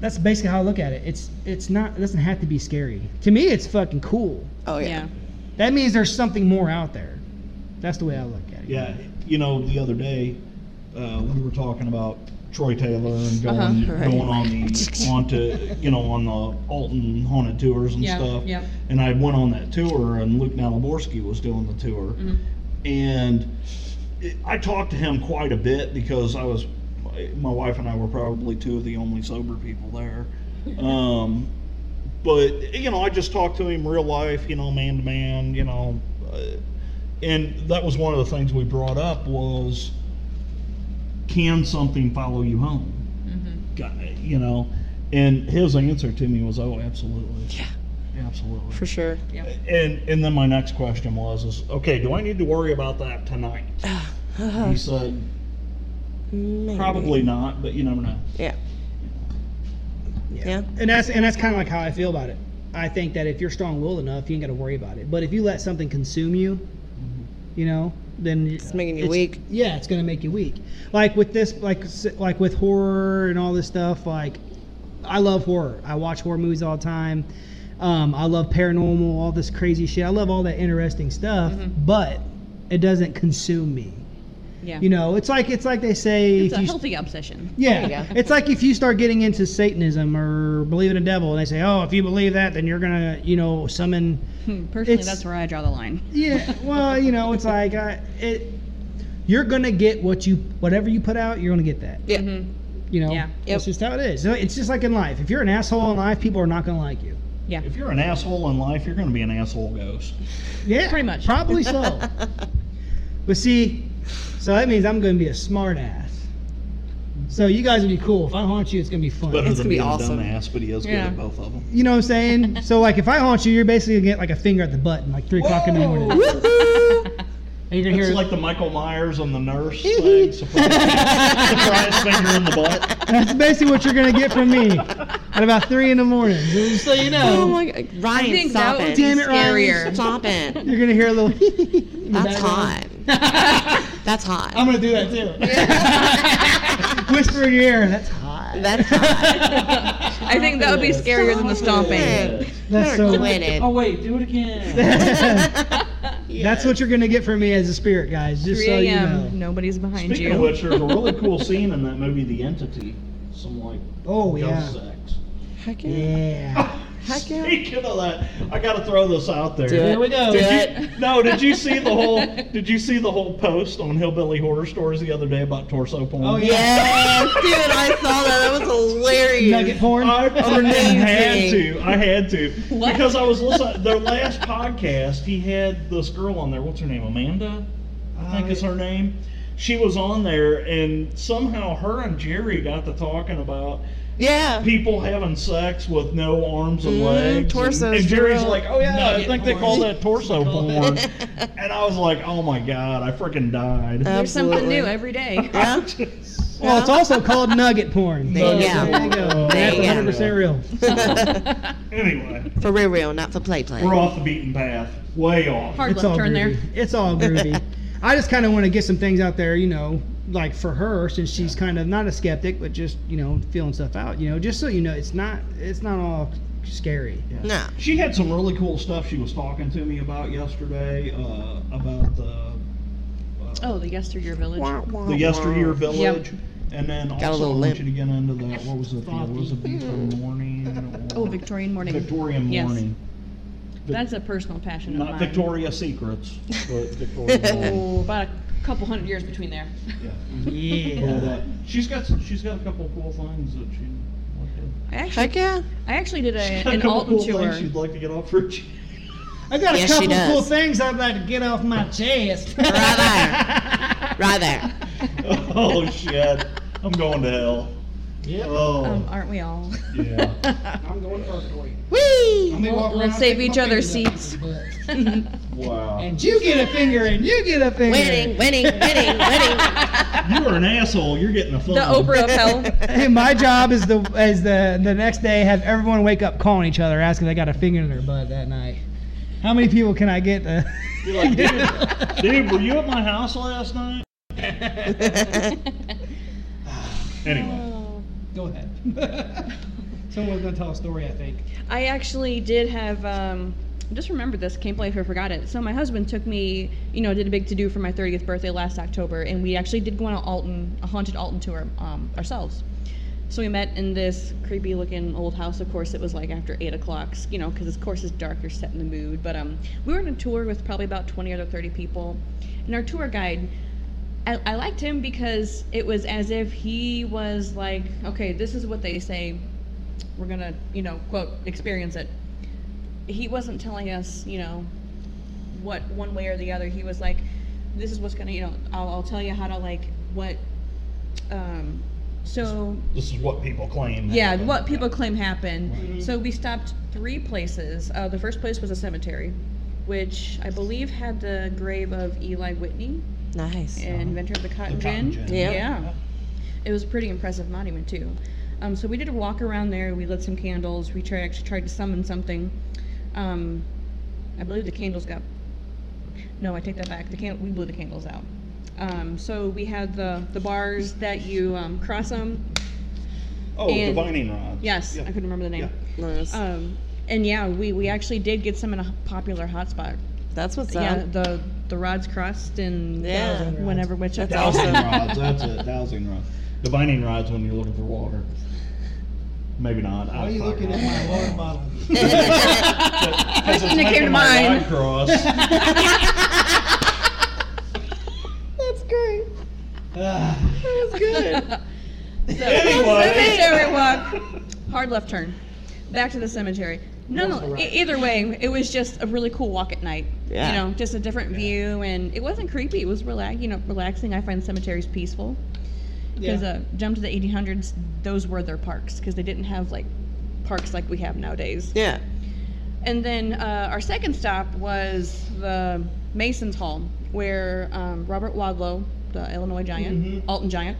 Speaker 1: that's basically how i look at it it's it's not it doesn't have to be scary to me it's fucking cool
Speaker 2: Oh yeah.
Speaker 4: yeah.
Speaker 1: that means there's something more out there that's the way i look at it
Speaker 3: Yeah, you know, the other day uh, we were talking about Troy Taylor and going
Speaker 2: Uh-huh, right.
Speaker 3: going on
Speaker 4: <laughs>
Speaker 3: the onto you know on the Alton haunted tours and
Speaker 4: Yeah,
Speaker 3: stuff.
Speaker 4: yeah.
Speaker 3: And I went on that tour, and Luke Naliborski was doing the tour, and it, I talked to him quite a bit because I was my wife and I were probably two of the only sober people there. Um, but you know, I just talked to him real life, you know, man to man, you know, uh, and that was one of the things we brought up was, can something follow you home? Guy, You know, and his answer to me was, oh, absolutely, yeah, absolutely.
Speaker 2: For sure.
Speaker 3: And and then my next question was, is okay, do I need to worry about that tonight?
Speaker 2: Oh.
Speaker 3: he said,
Speaker 2: Maybe.
Speaker 3: probably not, but you never know.
Speaker 2: Yeah. Yeah.
Speaker 1: and that's and that's kind of like how i feel about it I think that if you're strong-willed enough, you ain't got to worry about it. But if you let something consume you, you know, then it's
Speaker 2: making you weak.
Speaker 1: Yeah, it's gonna make you weak. Like with this, like s- like with horror and all this stuff. Like, I love horror. I watch horror movies all the time. Um, I love paranormal, all this crazy shit. I love all that interesting stuff,
Speaker 2: Mm-hmm.
Speaker 1: but it doesn't consume me.
Speaker 4: Yeah.
Speaker 1: You know, it's like it's like they say
Speaker 4: it's
Speaker 1: if
Speaker 4: a
Speaker 1: you
Speaker 4: healthy obsession. <laughs>
Speaker 1: yeah,
Speaker 2: There you go.
Speaker 1: it's like if you start getting into Satanism or believe in a devil, and they say, "Oh, if you believe that, then you're gonna, you know, summon."
Speaker 4: Hmm, Personally,
Speaker 1: It's-
Speaker 4: that's where I draw the line.
Speaker 1: Yeah, well, you know, it's like I, it. You're gonna get what you, whatever you put out, you're gonna get that.
Speaker 2: Yeah.
Speaker 3: Mm-hmm.
Speaker 1: You know,
Speaker 4: Yeah.
Speaker 1: it's
Speaker 2: Yep.
Speaker 1: just how it is. It's just like in life. If you're an asshole in life, people are not gonna like you.
Speaker 4: Yeah.
Speaker 3: If you're an asshole in life, you're going to be an asshole ghost.
Speaker 1: Yeah,
Speaker 4: Pretty much.
Speaker 1: Probably so. but see, so that means I'm gonna be a smart ass. So you guys would be cool. If I haunt you, it's gonna be fun.
Speaker 3: Better
Speaker 2: It's
Speaker 3: than
Speaker 2: gonna be
Speaker 3: being
Speaker 2: awesome.
Speaker 3: a dumbass, but he is
Speaker 4: Yeah.
Speaker 3: good at both of them.
Speaker 1: You know what I'm
Speaker 2: <laughs>
Speaker 1: saying? so like, if I haunt you, you're basically gonna get like a finger at the button, like three o'clock in the morning. And
Speaker 4: Oh
Speaker 1: you're gonna
Speaker 3: It's
Speaker 1: hear
Speaker 3: like the Michael Myers on the nurse
Speaker 2: <laughs>
Speaker 3: thing. Surprise, surprise finger in the butt.
Speaker 1: that's basically what you're gonna get from me at about three in the morning. Just so you know,
Speaker 2: Oh my god, Ryan,
Speaker 4: I think
Speaker 2: stop it!
Speaker 4: that would
Speaker 1: Damn
Speaker 4: be
Speaker 1: it, Ryan.
Speaker 4: scarier.
Speaker 2: Stop it!
Speaker 4: <laughs>
Speaker 1: you're gonna hear a little. <laughs>
Speaker 2: That's hot.
Speaker 4: <laughs>
Speaker 2: That's hot.
Speaker 1: I'm gonna do that
Speaker 2: <laughs>
Speaker 1: too. Whisper in your ear. That's hot.
Speaker 2: That's hot.
Speaker 4: <laughs> I think that would be scarier than the stomping.
Speaker 1: That's
Speaker 2: You're
Speaker 1: so-
Speaker 2: <laughs> quitting.
Speaker 5: wait, do it again.
Speaker 1: <laughs> that's what you're gonna get from me as a spirit, guys. Just
Speaker 4: 3
Speaker 1: so you
Speaker 4: a.m.
Speaker 1: know.
Speaker 4: Nobody's behind
Speaker 3: Speaking
Speaker 4: you.
Speaker 3: of which, there's a really cool scene in that movie, The Entity. Some like
Speaker 1: Oh
Speaker 3: ghost
Speaker 1: yeah.
Speaker 3: sex.
Speaker 2: Heck yeah.
Speaker 1: Yeah.
Speaker 2: Heck yeah.
Speaker 3: <laughs> Speaking of that, I got to throw this out there.
Speaker 2: Do it.
Speaker 1: we go.
Speaker 2: Do
Speaker 1: Did
Speaker 2: it.
Speaker 3: <laughs> No, did you see the whole? Did you see the whole post on Hillbilly Horror Stories the other day about torso porn?
Speaker 1: Oh, yeah.
Speaker 2: Yes, dude, I saw that. That was hilarious.
Speaker 1: Nugget porn. <laughs>
Speaker 3: I freaking
Speaker 2: Amazing.
Speaker 3: had to. I had to
Speaker 4: What?
Speaker 3: because I was listening. Their last podcast, he had this girl on there. What's her name? Amanda, I
Speaker 1: Uh,
Speaker 3: think is her name. She was on there, and somehow her and Jerry got to talking about
Speaker 2: Yeah.
Speaker 3: people having sex with no arms and
Speaker 2: Mhm,
Speaker 3: legs.
Speaker 2: torsos,
Speaker 3: And, and Jerry's
Speaker 2: real
Speaker 3: like, oh yeah, I
Speaker 5: nugget
Speaker 3: think they call
Speaker 5: porn."
Speaker 3: that torso
Speaker 5: Call
Speaker 3: porn.
Speaker 5: it-
Speaker 3: <laughs> and I was like, oh my god, I freaking died.
Speaker 2: Uh.
Speaker 4: There's something
Speaker 2: Absolutely.
Speaker 4: new every day.
Speaker 1: <laughs>
Speaker 2: Yeah.
Speaker 1: Well, it's also called nugget porn.
Speaker 2: There you go.
Speaker 1: There you go.
Speaker 2: There
Speaker 1: That's
Speaker 2: you go.
Speaker 1: 100 percent real.
Speaker 3: anyway,
Speaker 2: For real, real, not for play, play.
Speaker 3: we're off the beaten path, way off.
Speaker 4: Hard
Speaker 1: It's
Speaker 4: left
Speaker 1: all
Speaker 4: turn there.
Speaker 1: groovy. It's all
Speaker 4: <laughs>
Speaker 1: groovy. I just kind of want to get some things out there, you know, like for her since she's kind of not a skeptic, but just you know feeling stuff out, you know, just so you know, it's not it's not all scary.
Speaker 2: <laughs> No.
Speaker 3: She had some really cool stuff she was talking to me about yesterday uh, about the,
Speaker 4: Oh, the yesteryear village.
Speaker 3: the yesteryear village. And then
Speaker 2: a
Speaker 3: also,
Speaker 2: little
Speaker 3: I want
Speaker 2: limp.
Speaker 3: you to get into the, what was it, the Elizabeth morning?
Speaker 4: Oh,
Speaker 3: or-
Speaker 4: Victorian morning.
Speaker 3: Victorian
Speaker 4: Yes.
Speaker 3: morning.
Speaker 4: That's a personal passion of
Speaker 3: Not
Speaker 4: mine.
Speaker 3: Victoria's Secrets, but Victorian morning.
Speaker 4: Oh, about a couple hundred years between there.
Speaker 3: Yeah. But,
Speaker 1: Yeah.
Speaker 3: uh, she's got, she's got a couple of cool things that she,
Speaker 4: I
Speaker 2: Heck
Speaker 4: actually,
Speaker 2: yeah.
Speaker 4: I actually did a,
Speaker 3: she's got a
Speaker 4: an
Speaker 3: couple
Speaker 4: Alton
Speaker 3: cool
Speaker 4: tour.
Speaker 3: things she'd like to get off her chest.
Speaker 1: I got
Speaker 2: Yes,
Speaker 1: a
Speaker 2: she
Speaker 1: couple of cool
Speaker 2: does.
Speaker 1: things I'd like to get off my chest.
Speaker 2: Right
Speaker 1: <laughs>
Speaker 2: there. Right there.
Speaker 3: <laughs>
Speaker 4: <laughs>
Speaker 3: Oh, shit. I'm going to hell.
Speaker 1: Yep.
Speaker 3: Oh.
Speaker 4: Um, aren't we all? <laughs>
Speaker 3: Yeah.
Speaker 1: I'm going purgatory.
Speaker 2: Whee!
Speaker 1: Let me walk
Speaker 4: Let's
Speaker 1: around,
Speaker 4: save
Speaker 1: stick my
Speaker 4: each other's
Speaker 1: fingers up
Speaker 4: seats.
Speaker 1: my butt.
Speaker 3: wow.
Speaker 1: And you get a finger, and you get a finger.
Speaker 2: Winning, winning,
Speaker 1: <laughs>
Speaker 2: winning, winning.
Speaker 3: You are an asshole. You're getting a phone.
Speaker 4: the Oprah of hell.
Speaker 1: Hey, my job is the is the the next day have everyone wake up calling each other asking they got a finger in their butt that night. How many people can I get to? <laughs>
Speaker 4: <laughs>
Speaker 3: Dude, were you at my house last night? anyway.
Speaker 4: <laughs>
Speaker 1: Go ahead. <laughs> Someone's gonna tell a story, I think.
Speaker 4: I actually did have. Um, just remembered this. Can't believe I forgot it. So my husband took me. You know, did a big to do for my 30th birthday last October, and we actually did go on a Alton, a haunted Alton tour um, ourselves. So we met in this creepy looking old house. Of course, it was like after eight o'clock, you know, because of course it's dark, you're setting the mood. But um, we were on a tour with probably about 20 or 30 people. And our tour guide, I, I liked him because it was as if he was like, okay, this is what they say. We're going to, you know, quote, experience it. He wasn't telling us, you know, what one way or the other. He was like, this is what's going to, you know, I'll, I'll tell you how to, like, what. Um, so
Speaker 3: This is what people claim.
Speaker 4: yeah,
Speaker 3: happened.
Speaker 4: what people claim happened. So we stopped three places. Uh, the first place was a cemetery, which I believe had the grave of Eli Whitney,
Speaker 2: Nice.
Speaker 4: inventor of the cotton
Speaker 3: The cotton
Speaker 4: gin.
Speaker 3: gin.
Speaker 2: Yeah.
Speaker 4: It was a pretty impressive monument too. Um, so we did a walk around there. We lit some candles. We tried, actually tried to summon something. Um, I believe the candles got. No, I take that back. The can we blew the candles out. Um, so we had the the bars that you um, cross them.
Speaker 3: Oh,
Speaker 4: And-
Speaker 3: divining rods.
Speaker 4: Yes, I
Speaker 3: Yeah.
Speaker 4: couldn't remember the name.
Speaker 2: Nice.
Speaker 4: Um, and yeah, we, we actually did get some in a popular hotspot.
Speaker 2: That's what's up.
Speaker 4: Yeah, the the rods crossed and
Speaker 2: Yeah.
Speaker 4: uh, whenever which
Speaker 2: That's
Speaker 3: Dowsing
Speaker 2: awesome.
Speaker 3: rods. That's it. Dowsing rods. Divining rods when you're looking for water. Maybe not.
Speaker 5: Why are you looking at
Speaker 4: <laughs>
Speaker 5: my water bottle?
Speaker 3: First
Speaker 4: thing that came to mind. <laughs>
Speaker 2: That's great.
Speaker 5: Ah,
Speaker 2: That's good.
Speaker 3: anyway,
Speaker 4: cemetery walk. Hard left turn. Back to the cemetery. No, no. e- Either way, it was just a really cool walk at night.
Speaker 2: Yeah.
Speaker 4: You know, just a different view, and it wasn't creepy. It was relax, you know, relaxing. I find cemeteries peaceful because
Speaker 5: yeah.
Speaker 4: uh, jump to the 1800s, those were their parks because they didn't have like parks like we have nowadays.
Speaker 2: <laughs> yeah.
Speaker 4: And then uh, our second stop was the Masons Hall, where um, Robert Wadlow, the Illinois giant, Alton giant,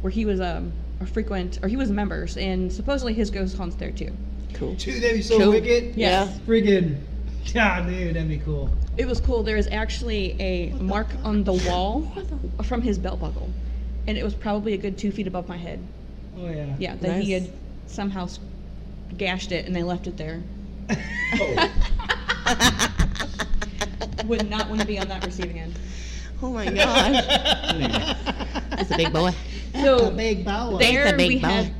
Speaker 4: where he was um, a frequent, or he was members, and supposedly his ghost haunts there too. <laughs>
Speaker 2: Cool.
Speaker 5: Dude, that'd be so
Speaker 2: Cool.
Speaker 5: wicked.
Speaker 2: Yeah.
Speaker 4: Yes.
Speaker 5: Friggin'. God, dude, that'd be cool.
Speaker 4: It was cool. There is actually a mark on the wall from his belt buckle, and it was probably a good two feet above my head.
Speaker 5: Oh, yeah.
Speaker 4: Yeah, that he
Speaker 2: Nice.
Speaker 4: had somehow s- gashed it, and they left it there.
Speaker 2: Oh.
Speaker 4: <laughs> Would not want to be on that receiving end.
Speaker 2: oh my gosh. That's a big boy.
Speaker 4: <laughs> So
Speaker 5: A big bow.
Speaker 2: They- It's
Speaker 4: there
Speaker 2: a big
Speaker 4: we had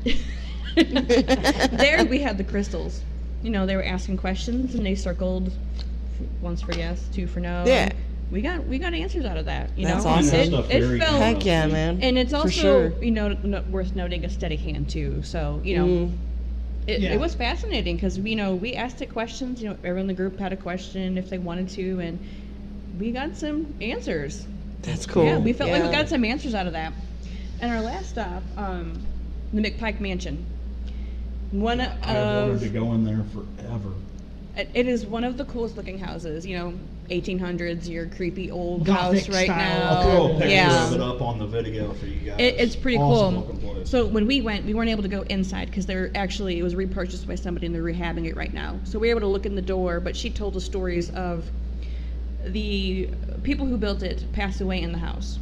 Speaker 4: there we had <laughs> the crystals. You know, they were asking questions and they circled f- once for yes, two for no.
Speaker 2: Yeah.
Speaker 4: We got we got answers out of that. You
Speaker 2: That's
Speaker 4: know,
Speaker 2: awesome.
Speaker 4: It,
Speaker 3: That stuff
Speaker 4: it
Speaker 3: very
Speaker 4: felt,
Speaker 3: helps.
Speaker 2: Heck yeah, man.
Speaker 4: and it's also
Speaker 2: sure.
Speaker 4: you know no, worth noting a steady hand too. So you know,
Speaker 2: Mm.
Speaker 4: it,
Speaker 5: Yeah.
Speaker 4: it was fascinating because you know we asked it questions. You know, everyone in the group had a question if they wanted to, and we got some answers.
Speaker 2: That's cool.
Speaker 4: Yeah, we felt like we
Speaker 2: Yeah.
Speaker 4: got some answers out of that. And our last stop, um, the McPike Mansion. One
Speaker 3: I wanted
Speaker 4: of
Speaker 3: to go in there forever.
Speaker 4: Oh, it it is one of the coolest looking houses. You know, 1800s, your creepy old
Speaker 5: Gothic
Speaker 4: house right
Speaker 5: style.
Speaker 4: now.
Speaker 3: I'll throw a picture
Speaker 4: yeah.
Speaker 3: of it up on the video for you guys.
Speaker 4: It, it's pretty
Speaker 3: awesome looking
Speaker 4: cool.
Speaker 3: place.
Speaker 4: So when we went, we weren't able to go inside because they're actually it was repurchased by somebody and they're rehabbing it right now. So we were able to look in the door, but she told us stories of the people who built it passed away in the house.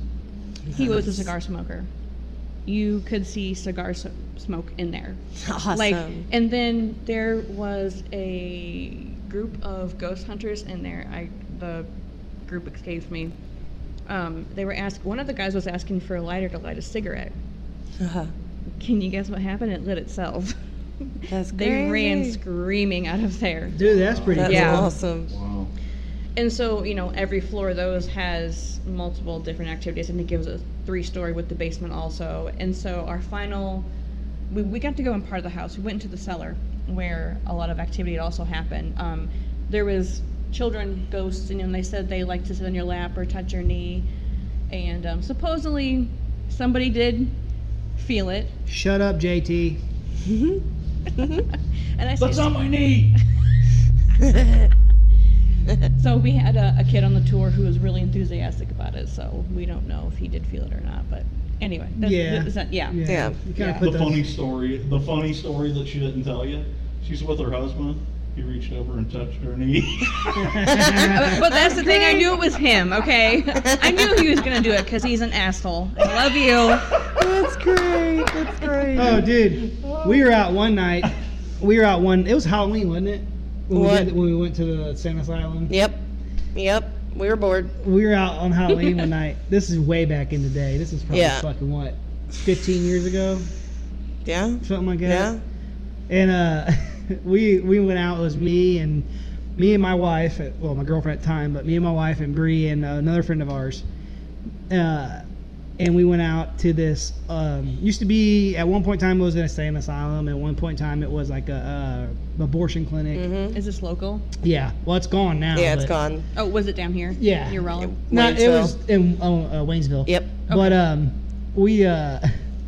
Speaker 4: He was a cigar smoker. You could see cigar s- smoke in there.
Speaker 2: Awesome.
Speaker 4: Like, and then there was a group of ghost hunters in there. I the group escapes me. Um, they were asked. One of the guys was asking for a lighter to light a cigarette.
Speaker 2: Uh-huh.
Speaker 4: Can you guess what happened? It lit itself.
Speaker 2: That's
Speaker 4: <laughs> they ran
Speaker 2: crazy.
Speaker 4: screaming out of there.
Speaker 5: Dude, that's pretty
Speaker 2: That's
Speaker 5: cool.
Speaker 4: Yeah.
Speaker 2: awesome.
Speaker 3: wow.
Speaker 4: And so, you know, every floor of those has multiple different activities. I think it was a three story with the basement also. And so, our final, we, we got to go in part of the house. We went into the cellar where a lot of activity had also happened. Um, there was children, ghosts, and, you know, they said they liked to sit on your lap or touch your knee. And um, supposedly, somebody did feel it.
Speaker 5: Shut up, JT.
Speaker 4: Mm-hmm. And I
Speaker 3: That's
Speaker 4: said-
Speaker 3: on my knee.
Speaker 2: Mm-hmm. <laughs>
Speaker 4: So we had a, a kid on the tour who was really enthusiastic about it. So we don't know if he did feel it or not. But anyway, that,
Speaker 5: Yeah.
Speaker 4: that- that- yeah.
Speaker 2: Yeah.
Speaker 5: You kind of
Speaker 4: Yeah.
Speaker 5: put
Speaker 3: The
Speaker 5: the
Speaker 3: funny story. The funny story that she didn't tell you. She's with her husband. He reached over and touched her
Speaker 4: <laughs>
Speaker 3: knee.
Speaker 1: <laughs>
Speaker 4: But, but Uh, that's the thing. I knew it was him. Okay, I knew he was gonna do it because he's an asshole. I love you.
Speaker 2: That's great. That's great.
Speaker 1: Oh, dude, we were out one
Speaker 2: <laughs>
Speaker 1: night. We were out one. It was Halloween, wasn't it? When
Speaker 2: What?
Speaker 1: We did, when we went to the San Asylum.
Speaker 2: Yep. Yep. We were bored.
Speaker 1: We were out on Halloween one night. This is way back in the day. This is probably
Speaker 2: Yeah.
Speaker 1: fucking what, 15 years ago,
Speaker 2: Yeah.
Speaker 1: something like that.
Speaker 2: Yeah.
Speaker 1: And uh, <laughs> we we went out. It was me and me and my wife. Well, my girlfriend at the time, but me and my wife and Bree and uh, another friend of ours. Uh, and we went out to this. Um, used to be at one point in time it was an insane asylum. At one point in time it was like a, uh abortion clinic.
Speaker 2: Mm-hmm.
Speaker 4: Is this local?
Speaker 1: Yeah. Well, it's gone now.
Speaker 2: Yeah, it's
Speaker 1: but-
Speaker 2: gone.
Speaker 4: Oh, was it down here?
Speaker 1: Yeah.
Speaker 4: You're Raleigh.
Speaker 1: No, it
Speaker 2: Waynesville.
Speaker 1: was in oh, uh, Waynesville.
Speaker 2: Yep.
Speaker 1: But um, we uh, <laughs>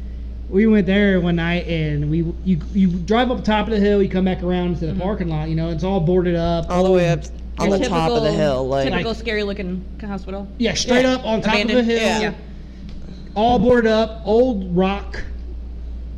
Speaker 1: we went there one night and we you you drive up the top of the hill, you come back around
Speaker 4: Mm-hmm.
Speaker 1: to the parking lot. You know, it's all boarded up.
Speaker 2: All the way up on the
Speaker 4: Your
Speaker 2: top of the
Speaker 4: typical-
Speaker 2: hill. Like
Speaker 4: typical scary looking hospital.
Speaker 1: Yeah, straight up on top
Speaker 4: Abandoned.
Speaker 1: of the hill,
Speaker 2: Yeah.
Speaker 4: Yeah.
Speaker 1: all boarded up, old rock.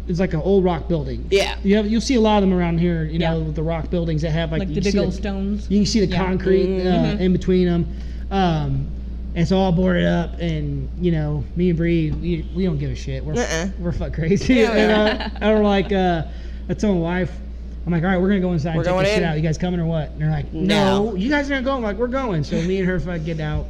Speaker 1: it's like an old rock building.
Speaker 2: Yeah.
Speaker 1: You have, you'll see a lot of them around here. You know,
Speaker 4: Yeah.
Speaker 1: with the rock buildings that have like,
Speaker 4: like
Speaker 1: you
Speaker 4: the
Speaker 1: can
Speaker 4: big
Speaker 1: see
Speaker 4: old stones.
Speaker 1: You can see the
Speaker 5: Yeah.
Speaker 1: concrete
Speaker 2: Mhm.
Speaker 1: uh, in between them. Um, and it's all boarded up, and you know, me and Bree, we, we don't give a shit. We're
Speaker 2: Uh-uh.
Speaker 1: we're fuck crazy.
Speaker 2: Yeah,
Speaker 1: <laughs>
Speaker 2: we
Speaker 1: and,
Speaker 4: are.
Speaker 1: uh, and we're like, uh, I told my wife, I'm like, all right, we're gonna go inside.
Speaker 2: We're
Speaker 1: and check
Speaker 2: going
Speaker 1: this shit
Speaker 2: in.
Speaker 1: out. You guys coming or what? And they're like,
Speaker 2: No.
Speaker 1: no, you guys aren't going. I'm like, we're going. So me and her fuck get out,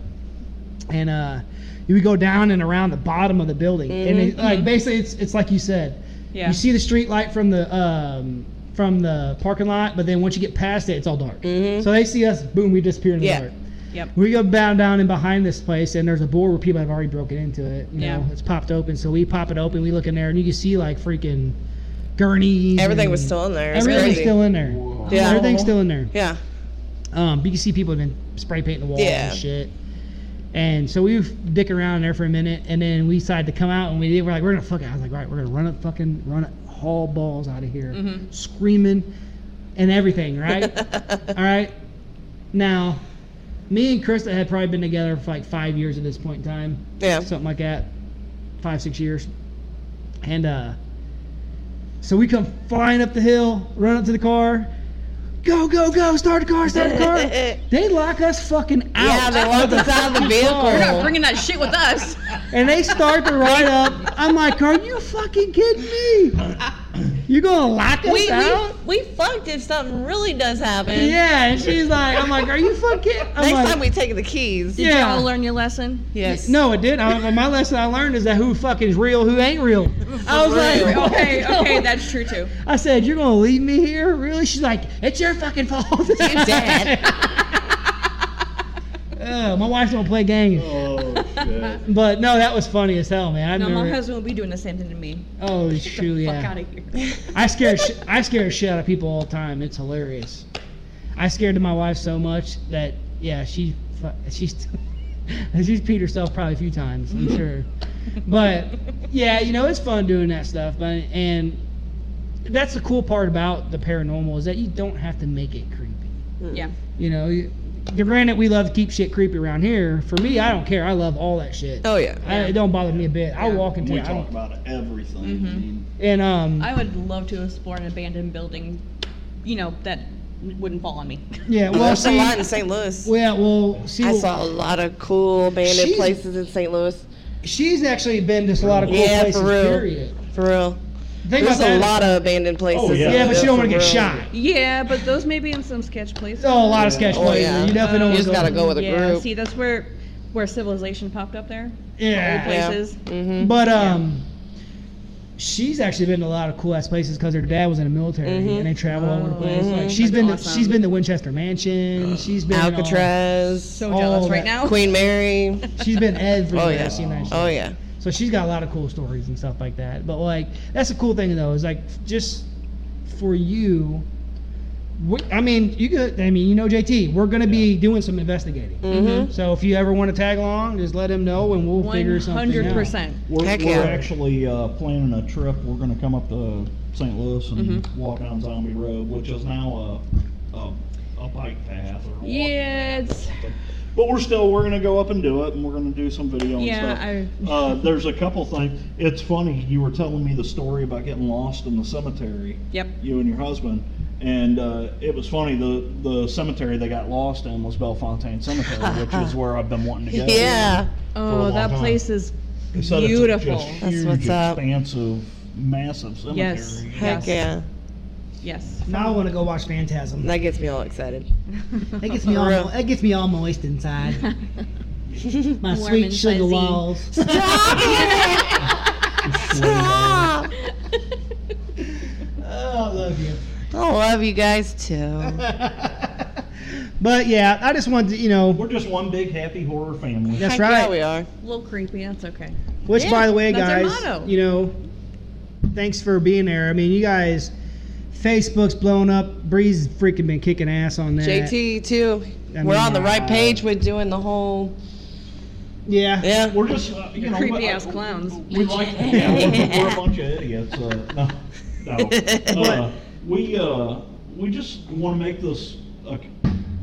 Speaker 1: and uh, we go down and around the bottom of the building, and
Speaker 2: Mm-hmm.
Speaker 1: it, like basically, it's it's like you said.
Speaker 4: Yeah.
Speaker 1: You see the street light from the um, from the parking lot, but then once you get past it, it's all dark.
Speaker 2: Mhm.
Speaker 1: So they see us, boom, we disappear in the
Speaker 2: Yeah.
Speaker 1: dark.
Speaker 4: Yep.
Speaker 1: We go down down and behind this place, and there's a door where people have already broken into it. You
Speaker 4: Yeah.
Speaker 1: know, it's popped open. So we pop it open, we look in there, and you can see like freaking gurneys.
Speaker 2: Everything was
Speaker 1: and-
Speaker 2: still in there. It's
Speaker 1: Everything's
Speaker 2: crazy.
Speaker 1: still in there.
Speaker 2: Yeah.
Speaker 1: Everything's still in there.
Speaker 2: yeah.
Speaker 1: Um, but you can see people have been spray painting the walls
Speaker 2: Yeah.
Speaker 1: and shit. And so we dick around in there for a minute, and then we decided to come out, and we were like, we're gonna fuck it. I was like, right, we're gonna run up, fucking run up, haul balls out of here, screaming, and everything, right?
Speaker 2: <laughs>
Speaker 1: All right. Now, me and Krista had probably been together for like five years at this point in time
Speaker 2: Yeah.
Speaker 1: something like that, five six years, and uh, so we come flying up the hill, run up to the car, go go go, start the car, start the car.
Speaker 2: <laughs>
Speaker 1: they lock us fucking out.
Speaker 2: yeah, they walked us out of the
Speaker 1: Oh.
Speaker 4: You're
Speaker 2: vehicle.
Speaker 4: not bringing that shit
Speaker 1: <laughs>
Speaker 4: with us.
Speaker 1: and they start the ride up. I'm like, are you fucking kidding me? You gonna lock us
Speaker 2: we,
Speaker 1: out?
Speaker 2: we, we fucked if something really does happen.
Speaker 1: yeah, and she's like, I'm like, are you fucking? I'm
Speaker 2: Next
Speaker 1: like,
Speaker 2: time we take the keys.
Speaker 4: Did
Speaker 1: yeah.
Speaker 4: y'all learn your lesson?
Speaker 2: Yes.
Speaker 1: No, it did. I, my lesson I learned is that who fucking is real, who ain't real. I was <laughs> like,
Speaker 2: real.
Speaker 4: Okay, okay, that's true too.
Speaker 1: I said, "You're gonna leave me here, really?" She's like, "It's your fucking fault." <laughs> You
Speaker 2: dead.
Speaker 1: Uh, my wife don't play games,
Speaker 3: Oh <laughs> shit.
Speaker 1: but no, that was funny as hell, man. I
Speaker 4: No, my
Speaker 1: never-
Speaker 4: husband would be doing the same thing to me.
Speaker 1: Oh, it's true,
Speaker 4: Fuck out
Speaker 1: yeah.
Speaker 4: of here.
Speaker 1: <laughs>
Speaker 4: <laughs>
Speaker 1: I scare sh- I scare shit out of people all the time. It's hilarious. I scared my wife so much that yeah, she fu- she's <laughs> she's peed herself probably a few times, I'm sure. But yeah, you know it's fun doing that stuff, but and that's the cool part about the paranormal is that you don't have to make it creepy.
Speaker 4: Yeah.
Speaker 1: You know, you- granted, we love to keep shit creepy around here. For me, I don't care. I love all that shit.
Speaker 2: Oh, yeah.
Speaker 1: I, it don't bother me a bit. I'll walk into
Speaker 3: We
Speaker 1: it. I
Speaker 3: talk
Speaker 1: don't,
Speaker 3: about everything.
Speaker 4: Mm-hmm.
Speaker 3: I mean,
Speaker 1: and um,
Speaker 4: I would love to explore an abandoned building, you know, that wouldn't fall on me.
Speaker 1: yeah. Well,
Speaker 2: There's a
Speaker 1: see, well,
Speaker 2: lot in St. Louis.
Speaker 1: yeah, well, see,
Speaker 2: I
Speaker 1: well,
Speaker 2: saw a lot of cool abandoned
Speaker 1: She's-
Speaker 2: places in St. Louis.
Speaker 1: she's actually been to a lot of cool
Speaker 2: Yeah, for
Speaker 1: places.
Speaker 2: real.
Speaker 1: Period.
Speaker 2: For real.
Speaker 1: Think
Speaker 2: There's
Speaker 1: about
Speaker 2: a
Speaker 1: that.
Speaker 2: lot of abandoned places.
Speaker 3: Oh, yeah.
Speaker 1: yeah, but you don't want to
Speaker 2: For
Speaker 1: get
Speaker 2: real.
Speaker 1: shot.
Speaker 4: Yeah, but those may be in some sketch places.
Speaker 1: Oh, a lot of sketch
Speaker 2: Oh,
Speaker 1: places.
Speaker 2: yeah.
Speaker 1: You definitely
Speaker 4: You
Speaker 1: don't
Speaker 2: You just
Speaker 1: want
Speaker 2: gotta go with a
Speaker 4: yeah,
Speaker 2: group.
Speaker 4: see, that's where where civilization popped up there.
Speaker 1: Yeah.
Speaker 4: Old places.
Speaker 2: Mm-hmm.
Speaker 1: But um, she's actually been to a lot of cool ass places because her dad was in the military
Speaker 2: Mm-hmm.
Speaker 1: and they traveled all over the place. Like she's been to, she's been to Winchester Mansion. She's been in all-
Speaker 2: Alcatraz,
Speaker 4: So
Speaker 1: All
Speaker 4: jealous right
Speaker 1: Oh, that-
Speaker 4: now. <laughs>
Speaker 2: Queen Mary.
Speaker 1: um, she's been everywhere.
Speaker 2: <laughs> Oh, yeah.
Speaker 1: I've seen that shit.
Speaker 2: Oh yeah.
Speaker 1: So she's got a lot of cool stories and stuff like that. But like that's the cool thing though is like just for you. We, I mean, you could. I mean, you know, JT, we're gonna be doing some investigating.
Speaker 2: Mm-hmm.
Speaker 1: So if you ever want to tag along, just let him know and we'll figure
Speaker 4: One
Speaker 1: something
Speaker 4: hundred
Speaker 1: out.
Speaker 4: percent.
Speaker 3: we're
Speaker 2: Heck
Speaker 3: we're
Speaker 2: yeah.
Speaker 3: actually uh, planning a trip. We're going to come up to St. Louis and
Speaker 4: Mm-hmm.
Speaker 3: walk down Zombie Road, which is now a a, a bike path. Or a walk
Speaker 4: Yeah, it's
Speaker 3: But we're still we're gonna go up and do it, and we're gonna do some video
Speaker 4: Yeah,
Speaker 3: and stuff. Uh, there's a couple things. It's funny you were telling me the story about getting lost in the cemetery.
Speaker 4: Yep.
Speaker 3: You and your husband, and uh, it was funny. The the cemetery they got lost in was Bellefontaine
Speaker 4: <laughs>
Speaker 3: Cemetery, which is where I've been wanting to go.
Speaker 2: Yeah.
Speaker 4: oh,
Speaker 3: long
Speaker 4: that
Speaker 3: time.
Speaker 4: place is
Speaker 3: They said it's a
Speaker 4: beautiful.
Speaker 3: just
Speaker 2: That's
Speaker 3: huge,
Speaker 2: what's up.
Speaker 3: expansive, massive cemetery.
Speaker 4: Yes.
Speaker 2: Heck
Speaker 4: Yes.
Speaker 2: yeah.
Speaker 4: yes. <laughs>
Speaker 1: Now I want to go watch Phantasm.
Speaker 2: That gets me all excited.
Speaker 1: <laughs> That gets me all
Speaker 2: real.
Speaker 1: mo- that gets me all moist
Speaker 4: <laughs>
Speaker 1: inside. My
Speaker 4: Warm
Speaker 1: sweet
Speaker 4: and
Speaker 1: sugar
Speaker 4: fuzzy.
Speaker 1: walls.
Speaker 4: <laughs>
Speaker 2: <laughs> Stop.
Speaker 1: Oh, I love you. <laughs>
Speaker 2: I love you guys too.
Speaker 1: But yeah, I just wanted to, you know,
Speaker 3: We're just one big happy horror family.
Speaker 1: that's
Speaker 2: Heck
Speaker 1: right.
Speaker 2: Yeah, we are.
Speaker 4: a little creepy. That's okay.
Speaker 1: Which,
Speaker 2: Yeah,
Speaker 1: by the way,
Speaker 4: that's our
Speaker 1: guys,
Speaker 4: motto.
Speaker 1: you know, thanks for being there. I mean, you guys, Facebook's blown up. Bree's freaking been kicking ass on that.
Speaker 2: JT too.
Speaker 1: I
Speaker 2: We're
Speaker 1: mean,
Speaker 2: on the right
Speaker 1: uh,
Speaker 2: page with doing the whole.
Speaker 1: Yeah.
Speaker 2: Yeah.
Speaker 3: We're just uh, you know
Speaker 4: Creepy
Speaker 3: uh,
Speaker 4: ass clowns.
Speaker 3: We like yeah, we're, we're a bunch of idiots. Uh, no, no. Uh, we uh, we just want to make this a,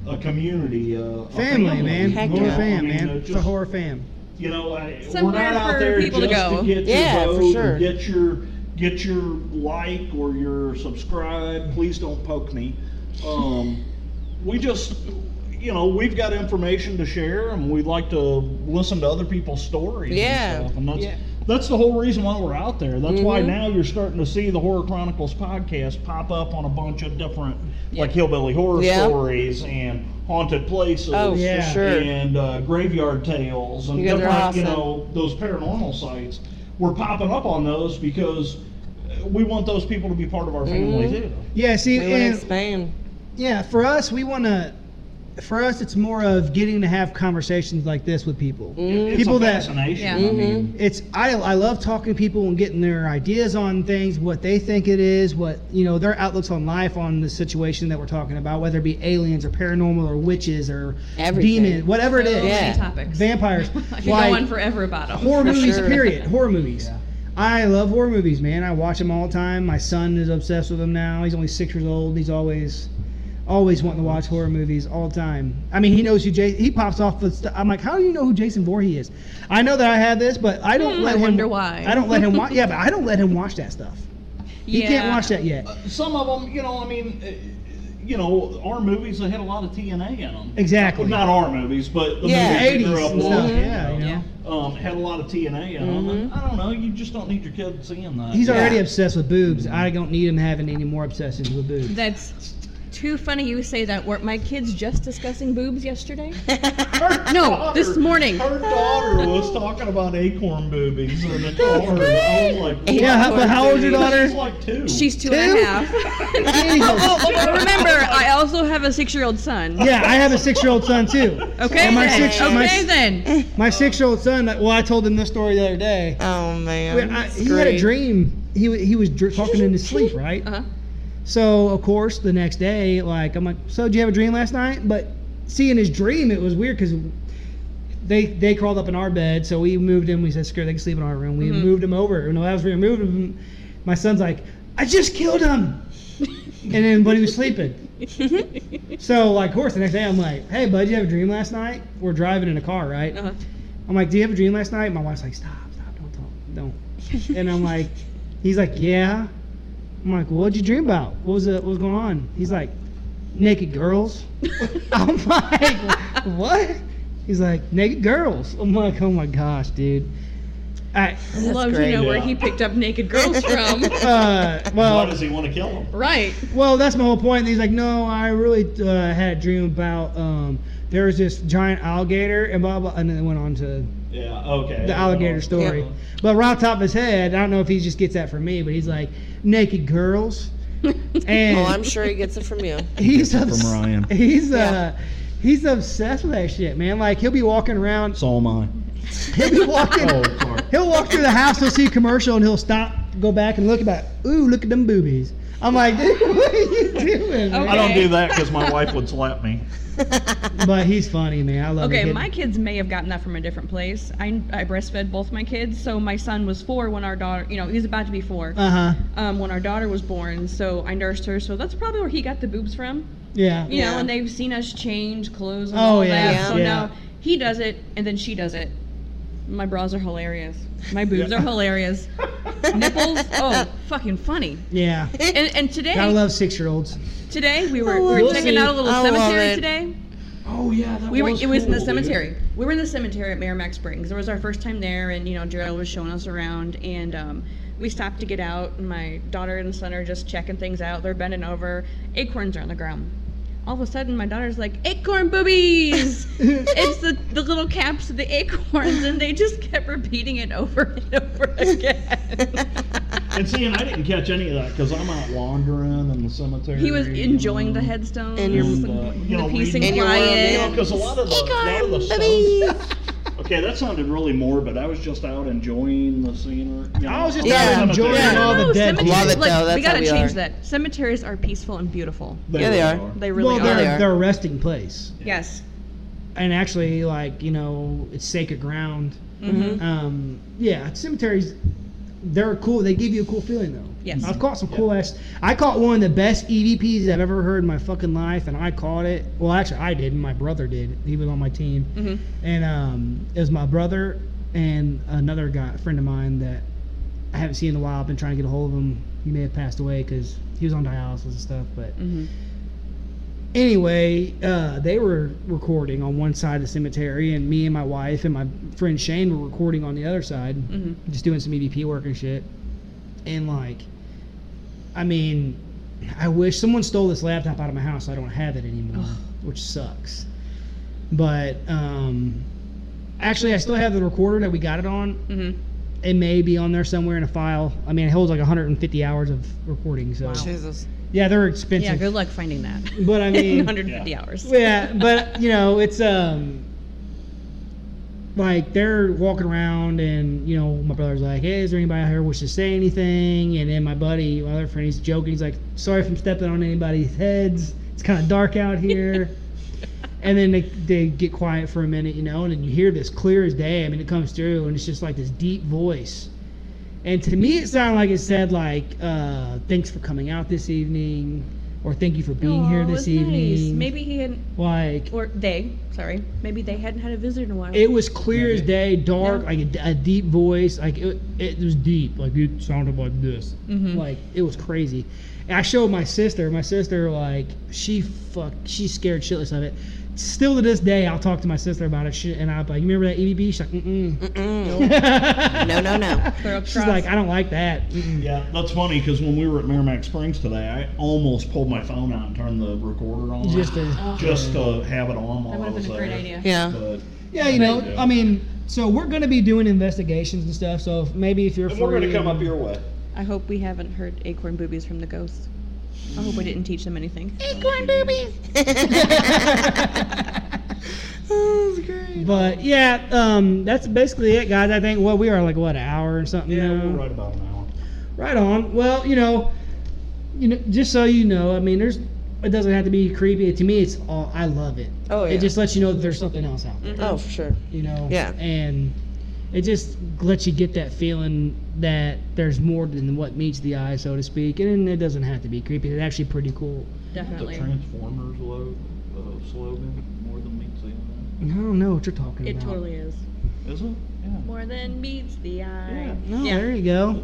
Speaker 3: a community, uh, a
Speaker 1: Family, man.
Speaker 2: Heck
Speaker 1: horror
Speaker 2: yeah.
Speaker 1: fam,
Speaker 3: I mean,
Speaker 1: man.
Speaker 3: uh,
Speaker 1: it's a
Speaker 3: just-
Speaker 1: horror fam.
Speaker 3: You know, I, we're
Speaker 4: Somewhere
Speaker 3: not out
Speaker 4: for
Speaker 3: there
Speaker 4: people to
Speaker 3: just
Speaker 4: go.
Speaker 3: to get
Speaker 2: Yeah,
Speaker 3: your
Speaker 2: for
Speaker 3: vote,
Speaker 2: sure.
Speaker 3: get your get your like or your subscribe. Please don't poke me. Um, we just, you know, we've got information to share, and we like to listen to other people's stories. and
Speaker 2: Yeah. Mm-hmm.
Speaker 3: stuff, and that's,
Speaker 5: Yeah.
Speaker 3: that's the whole reason why we're out there. That's why now you're starting to see the Horror Chronicles podcast pop up on a bunch of different, like hillbilly horror
Speaker 2: Yeah.
Speaker 3: stories and haunted places.
Speaker 2: Oh,
Speaker 1: Yeah.
Speaker 2: for sure.
Speaker 3: And uh, graveyard tales and
Speaker 2: You guys are
Speaker 3: different,
Speaker 2: awesome.
Speaker 3: you know, those paranormal sites. We're popping up on those because uh, we want those people to be part of our
Speaker 2: Mm-hmm.
Speaker 3: family too.
Speaker 1: Yeah, see,
Speaker 2: We want to
Speaker 1: and-
Speaker 2: expand.
Speaker 1: yeah, for us, we want to. For us, it's more of getting to have conversations like this with people.
Speaker 2: Mm-hmm.
Speaker 3: It's
Speaker 1: People
Speaker 3: a
Speaker 1: that-
Speaker 3: fascination.
Speaker 4: Yeah.
Speaker 3: I mean,
Speaker 1: It's I, I love talking to people and getting their ideas on things, what they think it is, what you know, their outlooks on life, on the situation that we're talking about, whether it be aliens or paranormal or witches or
Speaker 2: Everything.
Speaker 1: demons, whatever it
Speaker 4: So
Speaker 1: is.
Speaker 4: many
Speaker 2: Yeah.
Speaker 4: topics.
Speaker 1: Vampires.
Speaker 4: <laughs> I could
Speaker 1: like,
Speaker 4: go on forever about them.
Speaker 1: horror movies,
Speaker 2: sure.
Speaker 1: period. Horror movies. I love horror movies, man. I watch them all the time. My son is obsessed with them now. He's only six years old. He's always, always wanting to watch horror movies all the time. I mean, he knows who Jason. He pops off. The st- I'm like, how do you know who Jason Voorhees is? I know that I have this, but I don't
Speaker 4: Hmm,
Speaker 1: let
Speaker 4: I
Speaker 1: him.
Speaker 4: wonder why.
Speaker 1: I don't let him
Speaker 4: <laughs>
Speaker 1: watch. Yeah, but I don't let him watch that stuff. He can't
Speaker 4: Yeah.
Speaker 1: watch that yet.
Speaker 3: Some of them, you know, I mean, uh, you know, our movies that had a lot of TNA in them.
Speaker 1: Exactly.
Speaker 3: Well, not our movies, but the
Speaker 2: Yeah.
Speaker 3: movies we grew
Speaker 1: 80s
Speaker 3: up
Speaker 1: and stuff,
Speaker 3: watching.
Speaker 1: yeah,
Speaker 3: you
Speaker 1: you know.
Speaker 3: know, Um, had a lot of TNA in them. and I don't know. You just don't need your kid seeing that.
Speaker 1: He's
Speaker 2: Mm-hmm. Yeah.
Speaker 1: already obsessed with boobs. I don't need him having any more obsessions with boobs.
Speaker 4: That's too funny you say that. Were my kids just discussing boobs
Speaker 1: <laughs>
Speaker 4: yesterday? no, this morning.
Speaker 3: Her daughter was talking about acorn boobies in the car. I was like,
Speaker 1: Yeah,
Speaker 3: what?
Speaker 1: how- but how old's your daughter?
Speaker 3: She's
Speaker 4: <laughs>
Speaker 3: like two.
Speaker 4: She's two
Speaker 1: Two?
Speaker 4: and
Speaker 1: <laughs>
Speaker 4: a half. Oh,
Speaker 1: Jesus.
Speaker 4: Remember, I also have a six-year-old son.
Speaker 1: Yeah, I have a six-year-old son too.
Speaker 4: Okay.
Speaker 1: And my
Speaker 4: then.
Speaker 1: six- my
Speaker 4: okay
Speaker 1: s- Eh.
Speaker 4: then.
Speaker 1: My six-year-old son. Well, I told him this story the other day.
Speaker 2: <laughs> Oh man,
Speaker 1: Well, I,
Speaker 2: that's
Speaker 1: he had a
Speaker 2: great.
Speaker 1: dream. He wa- he was dr- talking in his sleep, right?
Speaker 4: Uh-huh.
Speaker 1: So of course the next day, like I'm like, so did you have a dream last night? But seeing his dream, it was weird because they they crawled up in our bed, so we moved him. We said, screw, it, they can sleep in our room. We moved him over. And as we moved him, my son's like, I just killed him. and then, but he was sleeping. so like, of course, the next day I'm like, hey, bud, you have a dream last night? We're driving in a car, right?
Speaker 4: Uh-huh.
Speaker 1: I'm like, do you have a dream last night? My wife's like, stop, stop, don't talk, don't. And I'm like, he's like, yeah. I'm like, what'd you dream about? What was it? What was going on? He's like, naked girls. <laughs> I'm like, what? He's like, naked girls. I'm like, oh my gosh, dude. I,
Speaker 4: Love
Speaker 2: great.
Speaker 4: to know where
Speaker 3: Yeah.
Speaker 4: he picked up
Speaker 1: <laughs>
Speaker 4: naked girls from.
Speaker 1: uh,
Speaker 3: Why
Speaker 1: well,
Speaker 3: does he want to kill him?
Speaker 4: right.
Speaker 1: Well, that's my whole point. And he's like, no, I really uh, had a dream about um, there was this giant alligator and blah blah, and then it went on to
Speaker 3: Yeah. Okay.
Speaker 1: the alligator story.
Speaker 2: Yeah.
Speaker 1: But right off the top of his head, I don't know if he just gets that from me, but he's like naked
Speaker 2: <laughs>
Speaker 1: girls, and
Speaker 2: Well, Oh, I'm sure he gets it from
Speaker 1: <laughs>
Speaker 2: you.
Speaker 1: he's obs-
Speaker 3: From Ryan.
Speaker 1: <laughs> He's
Speaker 2: Yeah.
Speaker 1: uh, he's obsessed with that shit, man. Like he'll be walking around,
Speaker 3: So am I.
Speaker 1: he'll be
Speaker 2: <laughs>
Speaker 1: walking,
Speaker 3: Oh, sorry.
Speaker 1: he'll walk through the house, he'll see a commercial, and he'll stop, go back and look about. Ooh, look at them boobies. I'm like, <laughs> dude, what are you doing? man?"
Speaker 3: I don't
Speaker 4: Okay.
Speaker 3: do that because my wife would slap me.
Speaker 2: Oh.
Speaker 1: But he's funny, man. I love. the
Speaker 4: Okay,
Speaker 1: kid.
Speaker 4: my kids may have gotten that from a different place. I, I breastfed both my kids, so my son was four when our daughter, you know, he's about to be four
Speaker 1: Uh huh.
Speaker 4: um, when our daughter was born. So I nursed her, so that's probably where he got the boobs from.
Speaker 1: Yeah.
Speaker 4: You
Speaker 2: Yeah.
Speaker 4: know, and they've seen us change clothes and
Speaker 1: Oh,
Speaker 4: all
Speaker 1: yeah,
Speaker 4: that.
Speaker 2: yeah.
Speaker 4: So
Speaker 1: Yeah.
Speaker 4: now he does it, and then she does it. My bras are hilarious.
Speaker 2: <laughs>
Speaker 4: My boobs are hilarious. Nipples, oh,
Speaker 2: <laughs>
Speaker 4: fucking funny.
Speaker 1: Yeah.
Speaker 4: And, and today,
Speaker 1: I love six-year-olds.
Speaker 4: today we
Speaker 2: I
Speaker 4: were, we
Speaker 1: love
Speaker 4: were checking
Speaker 1: it.
Speaker 4: out a little
Speaker 2: Oh, I love
Speaker 4: cemetery
Speaker 2: it.
Speaker 4: today.
Speaker 3: Oh yeah, that
Speaker 4: We were, it was in
Speaker 3: cool,
Speaker 4: the
Speaker 3: dude.
Speaker 4: cemetery. We were in the cemetery at Merrimack Springs. It was our first time there, and you know Gerald was showing us around, and um, we stopped to get out. And my daughter and son are just checking things out. They're bending over. Acorns are on the ground. All of a sudden, my daughter's like,
Speaker 3: <laughs>
Speaker 4: "Acorn boobies!" it's the, the little caps of the acorns, and they just kept repeating it over and over again. <laughs>
Speaker 3: And see, and I didn't catch any of that because I'm out wandering in the cemetery.
Speaker 4: he was
Speaker 3: you
Speaker 4: enjoying
Speaker 3: know, uh,
Speaker 4: the headstones
Speaker 2: And your-
Speaker 4: and
Speaker 3: you know,
Speaker 4: the peace
Speaker 3: reading-
Speaker 4: and
Speaker 2: And your world,
Speaker 4: quiet.
Speaker 2: yeah.
Speaker 3: Because a lot of the, a lot of the
Speaker 2: Acorn
Speaker 3: stuff. Okay, that sounded really morbid. I was just out enjoying the scenery. you know.
Speaker 1: I was just
Speaker 2: Yeah.
Speaker 1: out enjoying
Speaker 2: Yeah.
Speaker 1: all the dead.
Speaker 4: cemeteries-
Speaker 2: Love it,
Speaker 4: look,
Speaker 2: though. That's
Speaker 4: we
Speaker 2: how
Speaker 4: gotta
Speaker 2: we
Speaker 4: change
Speaker 2: are.
Speaker 4: that. Cemeteries are peaceful and beautiful.
Speaker 2: Yeah, they
Speaker 3: really
Speaker 2: are.
Speaker 4: They
Speaker 1: well,
Speaker 4: really
Speaker 1: they're
Speaker 4: are.
Speaker 2: they are.
Speaker 1: they're a resting place,
Speaker 4: Yes.
Speaker 1: and actually, like you know, it's sacred ground.
Speaker 4: Mm-hmm.
Speaker 1: Um, yeah, cemeteries. They're cool. They give you a cool feeling though.
Speaker 4: Yes.
Speaker 1: I've caught some cool ass. I caught one of the best EVPs I've ever heard in my fucking life, and I caught it. Well, actually, I did. and My brother did. He was on my team,
Speaker 4: Mhm.
Speaker 1: and um, it was my brother and another guy, a friend of mine that I haven't seen in a while. I've been trying to get a hold of him. He may have passed away because he was on dialysis and stuff. But
Speaker 4: Mhm.
Speaker 1: anyway, uh, they were recording on one side of the cemetery, and me and my wife and my friend Shane were recording on the other side,
Speaker 4: Mhm.
Speaker 1: just doing some EVP work and shit. And like, I mean, I wish someone stole this laptop out of my house. So I don't have it anymore, which sucks. But um, actually, I still have the recorder that we got it on.
Speaker 4: Mhm.
Speaker 1: It may be on there somewhere in a file. I mean, it holds like 150 hours of recording. So
Speaker 2: <laughs> Jesus.
Speaker 1: yeah, they're expensive.
Speaker 4: Yeah, good luck finding that.
Speaker 1: But
Speaker 4: <laughs>
Speaker 1: I mean-
Speaker 4: in 150
Speaker 3: Yeah.
Speaker 1: <laughs>
Speaker 4: hours.
Speaker 1: yeah,
Speaker 4: <laughs>
Speaker 1: but you know, it's um like they're walking around and you know, my brother's like, Hey, is there anybody out here who wishes to say anything? And then my buddy, my other friend, he's joking, he's like, Sorry if I'm stepping on anybody's heads. It's kinda dark out
Speaker 4: <laughs>
Speaker 1: here. and then they, they get quiet for a minute, you know, and then you hear this clear as day. I mean, it comes through, and it's just like this deep voice. And to me, it sounded like it said like, uh, "Thanks for coming out this evening," or "Thank you for being
Speaker 4: Aw,
Speaker 1: here
Speaker 4: it
Speaker 1: this
Speaker 4: was
Speaker 1: evening."
Speaker 4: Nice. Maybe he hadn't,
Speaker 1: like
Speaker 4: or they, sorry, maybe they hadn't had a visitor in a while.
Speaker 1: it was clear as
Speaker 3: Maybe.
Speaker 1: day, dark,
Speaker 4: Yeah.
Speaker 1: like a, d- a deep voice, like it, it was deep, like it sounded like this,
Speaker 2: Mm-hmm.
Speaker 4: Mhm.
Speaker 1: like it was crazy. And I showed my sister, my sister like she fuck, she scared shitless of it. Still to this day, I'll talk to my sister about it, shit, and I'm like, you remember that EVB? She's like, mm
Speaker 2: Mm-mm.
Speaker 1: mm.
Speaker 2: No, no, no.
Speaker 4: Clear
Speaker 1: <laughs>
Speaker 4: up
Speaker 1: She's
Speaker 4: cross.
Speaker 1: like, I don't like that.
Speaker 3: Yeah, that's funny because when we were at Merrimack Springs today, I almost pulled my phone out and turned the recorder on
Speaker 1: Just to,
Speaker 3: just to have it on
Speaker 4: that
Speaker 3: while I
Speaker 4: would have
Speaker 3: was
Speaker 4: been a
Speaker 3: there.
Speaker 4: great idea.
Speaker 1: <laughs>
Speaker 2: Yeah.
Speaker 3: But
Speaker 1: yeah, you know, I mean, so we're gonna be doing investigations and stuff. So if, maybe if you're,
Speaker 3: and we're going to
Speaker 1: free
Speaker 3: come up
Speaker 1: and-
Speaker 3: your way.
Speaker 4: I hope we haven't heard acorn boobies from the ghosts. I hope we didn't teach them
Speaker 1: <laughs>
Speaker 4: anything.
Speaker 2: Acorn boobies.
Speaker 1: But yeah, um, that's basically it, guys. I think what we are like what an hour or something.
Speaker 3: Yeah,
Speaker 1: now?
Speaker 3: we're right about an hour.
Speaker 1: Right on. Well, you know, you know, just so you know, I mean, there's it doesn't have to be creepy. To me, it's all I love it.
Speaker 2: Oh, yeah.
Speaker 1: It just lets you know that there's something else out there.
Speaker 2: oh, for sure.
Speaker 1: You know.
Speaker 2: Yeah.
Speaker 1: And it just lets you get that feeling that there's more than what meets the eye, so to speak. And it doesn't have to be creepy. It's actually pretty cool.
Speaker 3: The
Speaker 4: Definitely.
Speaker 3: Transformers lo- uh, slogan, more than meets the eye.
Speaker 1: I don't know what you're talking
Speaker 4: It
Speaker 1: about.
Speaker 4: totally is.
Speaker 3: Is it? Yeah.
Speaker 4: More than meets the eye.
Speaker 1: No,
Speaker 4: Yeah.
Speaker 1: there you go.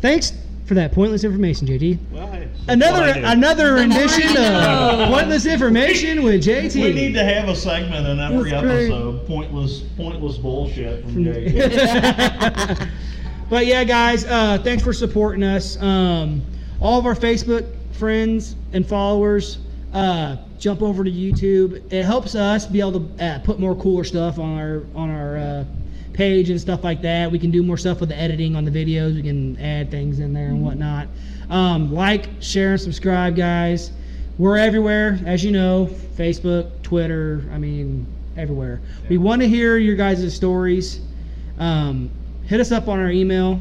Speaker 1: Thanks for that pointless information, JD.
Speaker 3: Well, hey, it's
Speaker 1: Another
Speaker 3: what I do.
Speaker 1: another rendition
Speaker 4: know.
Speaker 1: of Pointless Information with JT.
Speaker 3: We need to have a segment in every
Speaker 1: That's great.
Speaker 3: episode. Pointless, pointless bullshit from JJ.
Speaker 1: <laughs> but yeah, guys, uh, thanks for supporting us. Um, all of our Facebook friends and followers, uh, jump over to YouTube. It helps us be able to uh, put more cooler stuff on our on our uh, page and stuff like that. We can do more stuff with the editing on the videos. We can add things in there and whatnot. Um, like, share, and subscribe, guys. We're everywhere, as you know Facebook, Twitter, I mean, everywhere. We want to hear your guys' stories. Um, hit us up on our email.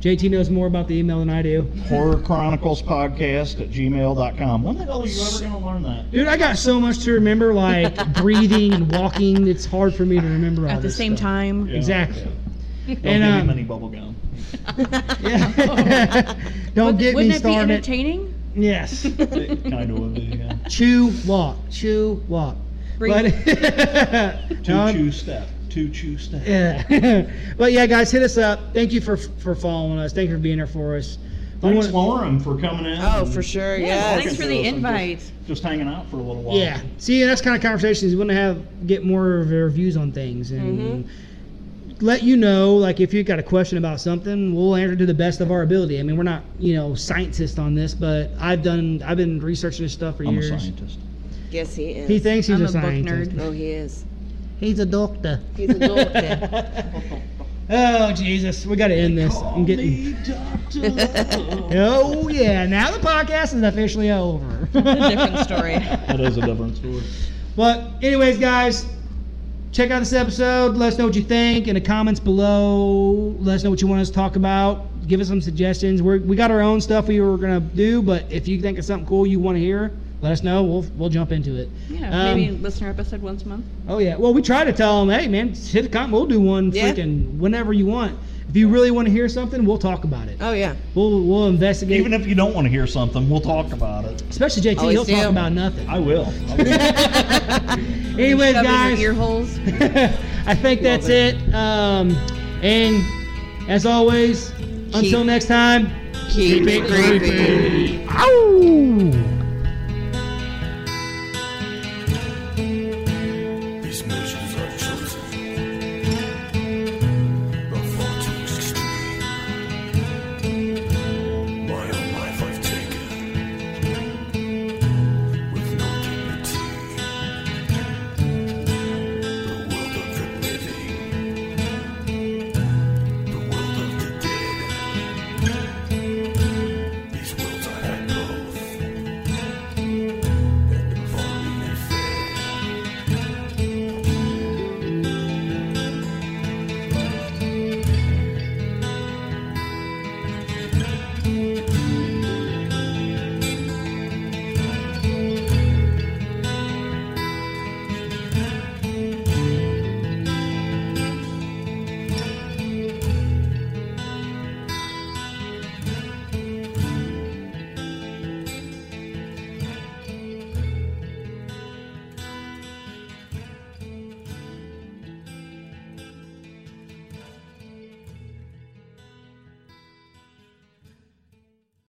Speaker 1: JT knows more about the email than I do.
Speaker 3: <laughs> Horror Chronicles Podcast at gmail.com. When the hell are you ever going to learn that?
Speaker 1: Dude, I got so much to remember, like
Speaker 4: <laughs>
Speaker 1: breathing and walking. It's hard for me to remember all
Speaker 4: At the
Speaker 1: this
Speaker 4: same
Speaker 1: stuff.
Speaker 4: time.
Speaker 3: Yeah.
Speaker 4: <laughs>
Speaker 1: Exactly. And,
Speaker 3: Don't give
Speaker 1: um,
Speaker 3: him any bubble gum.
Speaker 1: Yeah. <laughs> Don't
Speaker 4: Would-
Speaker 1: get
Speaker 4: Wouldn't
Speaker 1: me
Speaker 4: it be
Speaker 1: started. <laughs>
Speaker 4: entertaining? <laughs>
Speaker 1: Yes.
Speaker 3: It kind of would be, yeah.
Speaker 1: chew, walk. Chew, walk.
Speaker 4: Breathe.
Speaker 1: But, <laughs>
Speaker 3: Two
Speaker 1: Um,
Speaker 3: chew step. Two chew step.
Speaker 1: yeah. <laughs> but yeah, guys, hit us up. Thank you for for following us. Thank you for being there for us. We
Speaker 3: Thanks,
Speaker 1: wanna-
Speaker 3: Lauren, for coming in.
Speaker 2: Oh,
Speaker 3: and
Speaker 2: for sure.
Speaker 4: Yeah,
Speaker 2: Yes.
Speaker 4: thanks for the invite.
Speaker 3: Just hanging out for a little while.
Speaker 1: Yeah. See, that's kind of conversations you want to have, get more of your views on things, and
Speaker 3: Mm-hmm.
Speaker 1: let you know, like if you got a question about something, we'll answer to the best of our ability. I mean, we're not, you know, scientists on this, but I've done, I've been researching this stuff for
Speaker 3: I'm a
Speaker 1: years.
Speaker 3: scientist.
Speaker 2: Yes, he is.
Speaker 1: He thinks he's
Speaker 4: I'm
Speaker 1: a,
Speaker 4: a book
Speaker 1: scientist.
Speaker 4: nerd.
Speaker 2: Oh, he is.
Speaker 1: He's a doctor.
Speaker 2: He's a doctor.
Speaker 1: <laughs> oh Jesus, we got to end this. I'm getting. <laughs> Oh yeah, now the podcast is officially over.
Speaker 4: Different
Speaker 1: <laughs>
Speaker 4: story.
Speaker 3: That is a different story.
Speaker 1: But anyways, guys, check out this episode. Let us know what you think in the comments below. Let us know what you want us to talk about. Give us some suggestions. We're, we got our own stuff we were gonna do, but if you think of something cool you want to hear, let us know. We'll we'll jump into it.
Speaker 4: Yeah,
Speaker 1: Um,
Speaker 4: maybe listener episode once a month.
Speaker 1: Oh yeah. Well, we try to tell them, hey man, hit the comment. We'll do one
Speaker 2: Yeah.
Speaker 1: freaking whenever you want. If you really want to hear something, we'll talk about it.
Speaker 2: Oh, yeah.
Speaker 1: We'll we'll investigate.
Speaker 3: Even if you don't want to hear something, we'll talk about it.
Speaker 1: Especially JT,
Speaker 2: Always
Speaker 1: he'll
Speaker 2: do.
Speaker 1: talk about nothing.
Speaker 3: I will. I will.
Speaker 1: Anyways,
Speaker 4: Shove in your
Speaker 1: guys. <laughs>
Speaker 4: ear holes.
Speaker 1: I think that's it. Um, and As always, until next time,
Speaker 2: Keep it creepy.